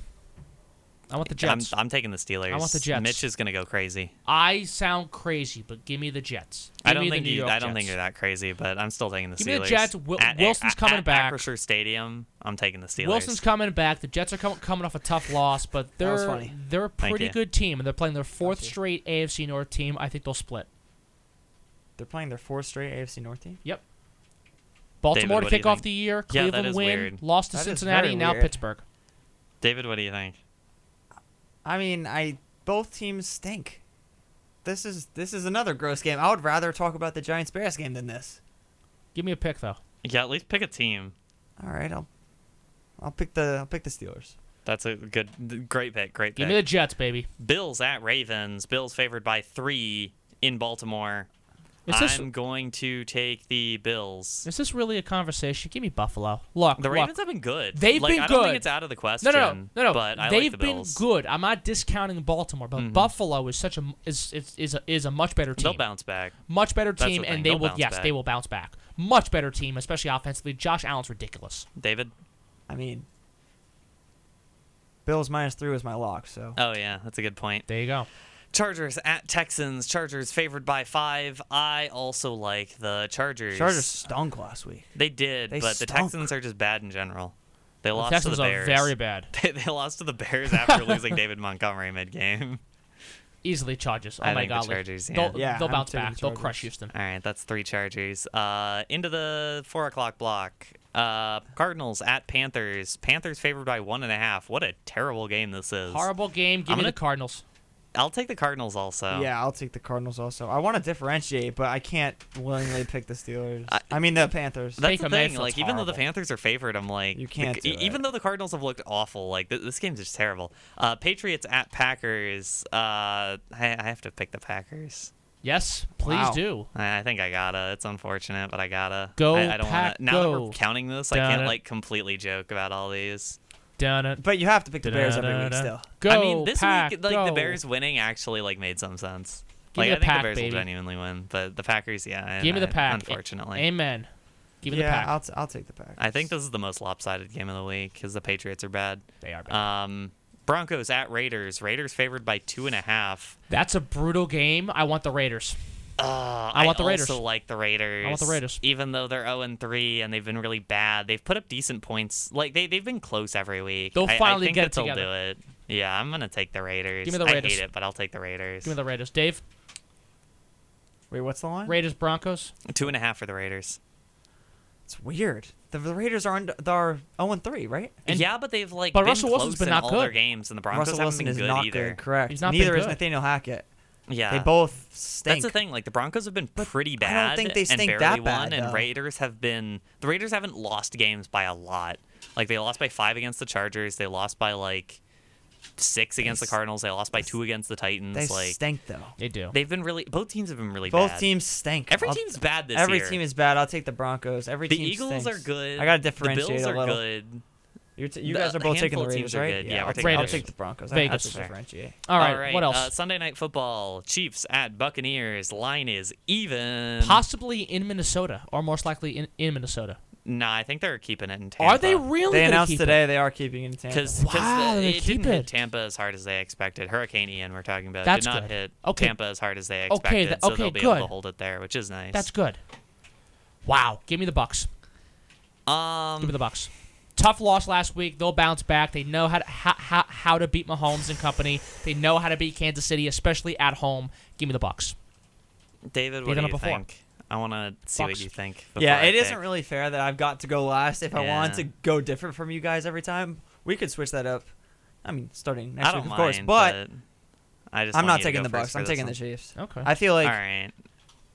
Speaker 3: I want the
Speaker 2: I'm,
Speaker 3: Jets. i
Speaker 2: I'm taking the Steelers.
Speaker 3: I want the Jets.
Speaker 2: Mitch is gonna go crazy.
Speaker 3: sound crazy, but give me the Jets. Give
Speaker 2: I don't
Speaker 3: me
Speaker 2: think
Speaker 3: the New
Speaker 2: you,
Speaker 3: York
Speaker 2: I don't
Speaker 3: Jets.
Speaker 2: think you're that crazy, but I'm still taking the
Speaker 3: Give me
Speaker 2: Steelers.
Speaker 3: the Jets. Wil-
Speaker 2: At-
Speaker 3: Wilson's
Speaker 2: at,
Speaker 3: coming
Speaker 2: at
Speaker 3: back.
Speaker 2: Acrisure Stadium. I'm taking the Steelers.
Speaker 3: Wilson's coming back. The Jets are com- coming off a tough loss, but
Speaker 4: That was
Speaker 3: they're
Speaker 4: funny.
Speaker 3: they're a
Speaker 2: Thank
Speaker 3: pretty
Speaker 2: you.
Speaker 3: good team, and they're playing their fourth
Speaker 4: Thank you.
Speaker 3: straight AFC North team. I think they'll split.
Speaker 4: They're playing their fourth straight AFC North team.
Speaker 3: Yep. Baltimore
Speaker 2: what
Speaker 3: to
Speaker 2: do
Speaker 3: kick
Speaker 2: you
Speaker 3: off
Speaker 2: think?
Speaker 3: the year.
Speaker 2: Yeah, that
Speaker 3: Cleveland
Speaker 2: is
Speaker 3: win.
Speaker 2: weird.
Speaker 3: Lost to
Speaker 4: That is
Speaker 3: Cincinnati.
Speaker 4: very
Speaker 3: Now
Speaker 4: weird.
Speaker 3: Pittsburgh.
Speaker 2: David, what do you think?
Speaker 4: I mean, I both teams stink. This is this is another gross game. I would rather talk about the Giants Bears game than this.
Speaker 3: Give me a pick though.
Speaker 2: Yeah, at least pick a team.
Speaker 4: All right, I'll I'll pick the I'll pick the Steelers.
Speaker 2: That's a good, great pick. Great
Speaker 3: Give
Speaker 2: pick.
Speaker 3: me the Jets, baby.
Speaker 2: Bills at Ravens. Bills favored by three in Baltimore.
Speaker 3: Is this
Speaker 2: I'm going to take the Bills.
Speaker 3: is this really a conversation? Give me Buffalo. Look,
Speaker 2: The
Speaker 3: look.
Speaker 2: Ravens have been good.
Speaker 3: They've
Speaker 2: like,
Speaker 3: been
Speaker 2: I don't
Speaker 3: good.
Speaker 2: think it's out of the question.
Speaker 3: No, no, no, no, no.
Speaker 2: But I
Speaker 3: They've
Speaker 2: like the
Speaker 3: been
Speaker 2: Bills. Mm-hmm.
Speaker 3: good. I'm not discounting Baltimore, but Buffalo is such a is is is a, is a much better team.
Speaker 2: They'll bounce back.
Speaker 3: Much better
Speaker 2: That's
Speaker 3: team,
Speaker 2: the thing.
Speaker 3: and they
Speaker 2: They'll
Speaker 3: will.
Speaker 2: bounce
Speaker 3: Yes,
Speaker 2: back.
Speaker 3: they will bounce back. Much better team, especially offensively. Josh Allen's ridiculous.
Speaker 2: David.
Speaker 4: I mean, Bills minus three was my lock, so
Speaker 2: Oh yeah, that's a good point.
Speaker 3: There you go.
Speaker 2: Chargers at Texans. Chargers favored by five. I also like the Chargers.
Speaker 4: Chargers stunk last week.
Speaker 2: They did,
Speaker 4: They
Speaker 2: but the
Speaker 4: stunk.
Speaker 2: Texans are just bad in general. They
Speaker 3: The
Speaker 2: lost
Speaker 3: Texans
Speaker 2: to the
Speaker 3: are
Speaker 2: Bears. *laughs*
Speaker 3: very bad.
Speaker 2: They, they lost to the Bears after losing *laughs* David Montgomery mid-game.
Speaker 3: Easily charges. Oh
Speaker 2: I
Speaker 3: my
Speaker 2: think the
Speaker 3: god.
Speaker 2: Chargers, yeah.
Speaker 3: They'll,
Speaker 4: Yeah,
Speaker 3: they'll
Speaker 4: I'm
Speaker 3: bounce
Speaker 4: taking
Speaker 3: back.
Speaker 4: the
Speaker 3: They'll
Speaker 4: Chargers.
Speaker 3: crush Houston.
Speaker 2: All right, that's three Chargers. Uh, into the four o'clock block. Uh, Cardinals at Panthers. Panthers favored by one and a half. What a terrible game this is.
Speaker 3: Horrible game. Give
Speaker 2: I'm
Speaker 3: me
Speaker 2: gonna-
Speaker 3: the Cardinals.
Speaker 2: I'll take the Cardinals also.
Speaker 4: Yeah, I'll take the Cardinals also. I want to differentiate, but I can't willingly pick the Steelers. I,
Speaker 2: I-
Speaker 4: mean the Panthers.
Speaker 2: That's
Speaker 3: Take
Speaker 2: the
Speaker 3: 'em, man,
Speaker 2: thing.
Speaker 3: so
Speaker 2: Like,
Speaker 3: it's
Speaker 2: even though the
Speaker 3: horrible.
Speaker 2: Panthers are favored, I'm like,
Speaker 4: You
Speaker 2: the-
Speaker 4: can't do
Speaker 2: e- even
Speaker 4: it.
Speaker 2: though the Cardinals have looked awful, like th- this game's just terrible. Uh, Patriots at Packers. Uh, I, I have to pick the Packers.
Speaker 3: Yes, please
Speaker 4: Wow.
Speaker 3: do.
Speaker 2: I, I think I gotta. It's unfortunate, but I gotta.
Speaker 3: Go,
Speaker 2: I, I don't
Speaker 3: Pack,
Speaker 2: wanna, Now that
Speaker 3: go.
Speaker 2: we're counting this, I
Speaker 3: Dun-
Speaker 2: can't like completely joke about all these.
Speaker 3: Down it.
Speaker 4: But you have to pick the Bears every week
Speaker 3: Da-da-da-da.
Speaker 4: still.
Speaker 3: Go.
Speaker 2: I mean, this
Speaker 3: pack,
Speaker 2: week, like
Speaker 3: go.
Speaker 2: the Bears winning actually like made some sense.
Speaker 3: Give me
Speaker 2: like I
Speaker 3: the
Speaker 2: think the
Speaker 3: Pack,
Speaker 2: Bears
Speaker 3: baby.
Speaker 2: will genuinely win, but the Packers, yeah. I-
Speaker 3: Give me the
Speaker 2: I-
Speaker 3: pack.
Speaker 2: Unfortunately,
Speaker 3: A- Amen. Give me
Speaker 4: yeah,
Speaker 3: the pack.
Speaker 4: I'll, t- I'll take the Packers.
Speaker 2: I think this is the most lopsided game of the week because the Patriots are bad.
Speaker 3: They are bad.
Speaker 4: Uh,
Speaker 2: Um, Broncos at Raiders. Raiders favored by two and a half.
Speaker 3: That's a brutal game. I want the Raiders.
Speaker 2: Uh, I,
Speaker 3: want the Raiders.
Speaker 2: Also like the Raiders.
Speaker 3: I want the Raiders.
Speaker 2: Even though they're zero and three and they've been really bad, they've put up decent points. Like they they've been close every week.
Speaker 3: They'll
Speaker 2: I- I
Speaker 3: finally
Speaker 2: think that
Speaker 3: get it
Speaker 2: they'll
Speaker 3: together.
Speaker 2: do it. Yeah, I'm gonna take the Raiders.
Speaker 3: Give me the
Speaker 2: I
Speaker 3: Raiders.
Speaker 2: hate it, but I'll take the Raiders.
Speaker 3: Give me the Raiders. Dave,
Speaker 4: Wait, what's the line?
Speaker 3: Raiders, Broncos.
Speaker 2: Two and a half for the Raiders.
Speaker 4: It's weird. The, the Raiders are under, are 0 3, right?
Speaker 3: And-
Speaker 2: yeah, but they've like
Speaker 3: but
Speaker 2: been
Speaker 3: Russell Wilson's
Speaker 2: close
Speaker 3: been
Speaker 2: in
Speaker 3: not
Speaker 2: all their
Speaker 3: good.
Speaker 2: games, and the Broncos
Speaker 4: Russell
Speaker 2: haven't
Speaker 4: Wilson
Speaker 2: been
Speaker 4: is
Speaker 2: good
Speaker 4: not
Speaker 2: either.
Speaker 4: good. Correct.
Speaker 3: He's not been
Speaker 4: Neither is
Speaker 3: good.
Speaker 4: Nathaniel Hackett.
Speaker 2: Yeah,
Speaker 4: They both stink.
Speaker 2: That's the thing. Like the Broncos have been
Speaker 4: But
Speaker 2: pretty
Speaker 4: I don't
Speaker 2: bad.
Speaker 4: think they stink
Speaker 2: and barely
Speaker 4: that
Speaker 2: won,
Speaker 4: bad,
Speaker 2: And
Speaker 4: though.
Speaker 2: Raiders have been. The Raiders haven't lost games by a lot. Like they lost by five against the Chargers. They lost by like six against the
Speaker 4: s-
Speaker 2: Cardinals. They lost by two against the Titans.
Speaker 4: They
Speaker 2: like
Speaker 4: stink though.
Speaker 3: They do.
Speaker 2: they've been really. Both teams have been really
Speaker 4: Both
Speaker 2: bad.
Speaker 4: teams stink.
Speaker 2: Every
Speaker 4: I'll-
Speaker 2: team's bad this
Speaker 4: Every
Speaker 2: year.
Speaker 4: team is bad. I'll take the Broncos. Every
Speaker 2: The
Speaker 4: team
Speaker 2: Eagles
Speaker 4: stinks.
Speaker 2: are good.
Speaker 4: I gotta
Speaker 2: The
Speaker 4: differentiate
Speaker 2: Bills
Speaker 4: a
Speaker 2: are
Speaker 4: little.
Speaker 2: good.
Speaker 4: You're t- you
Speaker 2: The-
Speaker 4: guys are
Speaker 2: a
Speaker 4: both taking
Speaker 2: handful
Speaker 4: the
Speaker 2: of
Speaker 4: Raiders,
Speaker 2: teams are
Speaker 4: right?
Speaker 2: good. Yeah,
Speaker 4: I'll
Speaker 2: we're
Speaker 4: take-
Speaker 2: taking
Speaker 4: I'll
Speaker 3: Raiders.
Speaker 4: take the Broncos. I-
Speaker 3: Vegas.
Speaker 4: That's to
Speaker 2: That's fair.
Speaker 4: differentiate.
Speaker 3: All right, What else?
Speaker 2: Uh, Sunday night football. Chiefs at Buccaneers. Line is even.
Speaker 3: Possibly in Minnesota, or most likely in, in Minnesota.
Speaker 2: nah, I think they're keeping it in Tampa.
Speaker 3: Are they really?
Speaker 4: They
Speaker 3: gonna
Speaker 4: announced
Speaker 3: keep
Speaker 4: today they are keeping it in Tampa.
Speaker 2: Because
Speaker 3: Wow, they
Speaker 2: it
Speaker 3: keep
Speaker 2: didn't hit
Speaker 3: it.
Speaker 2: Tampa as hard as they expected. Hurricane Ian, we're talking about,
Speaker 3: That's
Speaker 2: did not
Speaker 3: good.
Speaker 2: hit
Speaker 3: Okay.
Speaker 2: Tampa as hard as they
Speaker 3: Okay,
Speaker 2: expected,
Speaker 3: tha-
Speaker 2: so
Speaker 3: okay,
Speaker 2: they'll be able
Speaker 3: good.
Speaker 2: to hold it there, which is nice.
Speaker 3: It? That's good. Wow. Give me the Bucks. Give me
Speaker 2: um,
Speaker 3: the Bucks. Tough loss last week. They'll bounce back. They know how to, how, how, how to beat Mahomes and company. They know how to beat Kansas City, especially at home. Give me the Bucks.
Speaker 2: David,
Speaker 3: They've
Speaker 2: what do
Speaker 3: done
Speaker 2: you
Speaker 3: it before.
Speaker 2: think? I want to see
Speaker 3: Bucks.
Speaker 2: what you think.
Speaker 4: yeah,
Speaker 2: it
Speaker 4: it not really fair that I've got to go last. If I want
Speaker 2: Yeah.
Speaker 4: to go different from you guys every time, we could switch that up. I mean, starting next
Speaker 2: I don't
Speaker 4: week, of
Speaker 2: mind,
Speaker 4: course.
Speaker 2: but, I just
Speaker 4: I'm
Speaker 2: want
Speaker 4: not
Speaker 2: you to
Speaker 4: taking
Speaker 2: go
Speaker 4: the
Speaker 2: first
Speaker 4: Bucks.
Speaker 2: for
Speaker 4: I'm
Speaker 2: this
Speaker 4: taking
Speaker 2: one.
Speaker 4: the Chiefs.
Speaker 3: Okay.
Speaker 4: I feel like
Speaker 2: All right.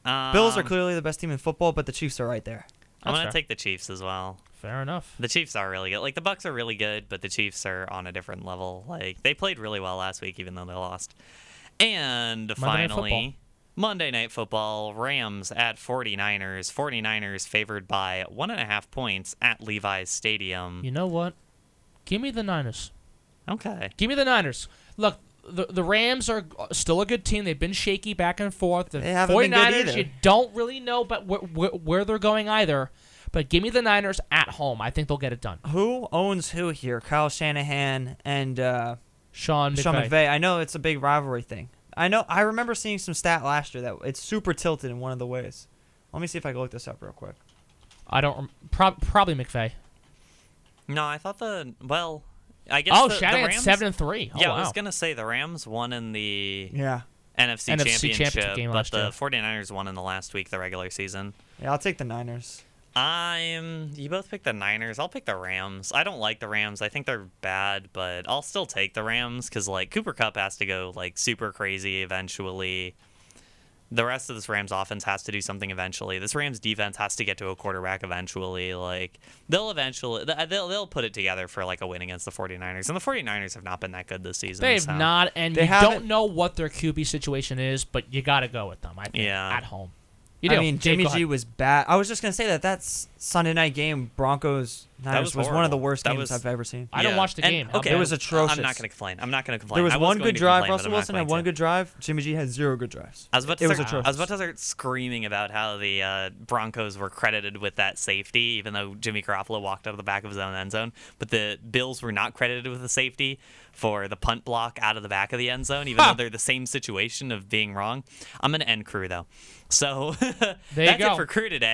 Speaker 2: Um,
Speaker 4: Bills are clearly the best team in football, but the Chiefs are right there.
Speaker 2: I'm
Speaker 3: That's
Speaker 2: gonna
Speaker 3: fair.
Speaker 2: take the Chiefs as well.
Speaker 3: Fair enough.
Speaker 2: The Chiefs are really good. Like the Bucks are really good, but the Chiefs are on a different level. Like they played really well last week, even though they lost. And
Speaker 3: Night Football.
Speaker 2: finally, Monday Night Football: Rams at 49ers. 49ers favored by one and a half points at Levi's Stadium.
Speaker 3: You know what? Give me the Niners.
Speaker 2: Okay.
Speaker 3: Give me the Niners. Look, the, the Rams are still a good team. They've been shaky back and forth. The
Speaker 4: They haven't been good
Speaker 3: 49ers,
Speaker 4: either.
Speaker 3: you don't really know but where, where, where they're going either. But give me the Niners at home. I think they'll get it done.
Speaker 4: Who owns who here? Kyle Shanahan and uh,
Speaker 3: Sean McVay.
Speaker 4: Sean McVay. I know it's a big rivalry thing. I know. I remember seeing some stat last year that it's super tilted in one of the ways. Let me see if I can look this up real quick.
Speaker 3: I don't rem- prob- probably McVay.
Speaker 2: No, I thought the well, I guess.
Speaker 3: Oh,
Speaker 2: the, the
Speaker 3: Shanahan
Speaker 2: Rams,
Speaker 3: seven and three. Oh,
Speaker 2: yeah,
Speaker 3: wow.
Speaker 2: I was gonna say the Rams won in the
Speaker 4: Yeah.
Speaker 2: NFC,
Speaker 3: NFC championship
Speaker 2: championship,
Speaker 3: game
Speaker 2: but
Speaker 3: last
Speaker 2: the
Speaker 3: year.
Speaker 2: 49ers won in the last week, of the regular season.
Speaker 4: Yeah, I'll take the Niners.
Speaker 2: I'm. You both pick the Niners. I'll pick the Rams. I don't like the Rams. I think they're bad, but I'll still take the Rams because like Cooper Cup has to go like super crazy eventually. The rest of this Rams offense has to do something eventually. This Rams defense has to get to a quarterback eventually. Like they'll eventually th- uh, they'll they'll put it together for like a win against the 49ers. And the 49ers have not been that good this season.
Speaker 3: They have
Speaker 2: so-
Speaker 3: not, and
Speaker 4: They
Speaker 3: you
Speaker 4: haven't-
Speaker 3: don't know what their QB situation is, but you got to go with them. I think
Speaker 2: Yeah.
Speaker 3: at home. You do.
Speaker 4: I mean,
Speaker 3: Dave,
Speaker 4: Jimmy
Speaker 3: go ahead.
Speaker 4: G was bad. I was just gonna say that that s- Sunday night game Broncos Niners
Speaker 2: was
Speaker 4: was, one of the
Speaker 2: horrible.
Speaker 4: worst
Speaker 2: That was-
Speaker 4: games I've ever seen.
Speaker 3: I don't watch the
Speaker 2: And-
Speaker 3: game. How
Speaker 2: Okay,
Speaker 3: bad
Speaker 4: It was atrocious.
Speaker 2: I'm not going to complain. I'm not going to complain.
Speaker 4: There was
Speaker 2: I
Speaker 4: one
Speaker 2: going
Speaker 4: good
Speaker 2: to
Speaker 4: drive.
Speaker 2: complain, but
Speaker 4: Russell
Speaker 2: I'm not
Speaker 4: Wilson
Speaker 2: going
Speaker 4: had one
Speaker 2: to.
Speaker 4: good drive. Jimmy G had zero good drives.
Speaker 2: I was about to
Speaker 4: It was
Speaker 2: start,
Speaker 4: atrocious.
Speaker 2: I was about to start screaming about how the uh, Broncos were credited with that safety, even though Jimmy Garoppolo walked out of the back of his own end zone. But the Bills were not credited with the safety for the punt block out of the back of the end zone, even
Speaker 3: Ha!
Speaker 2: though they're the same situation of being wrong. I'm an end crew though, so *laughs*
Speaker 3: There you
Speaker 2: that's
Speaker 3: go.
Speaker 2: it for crew today.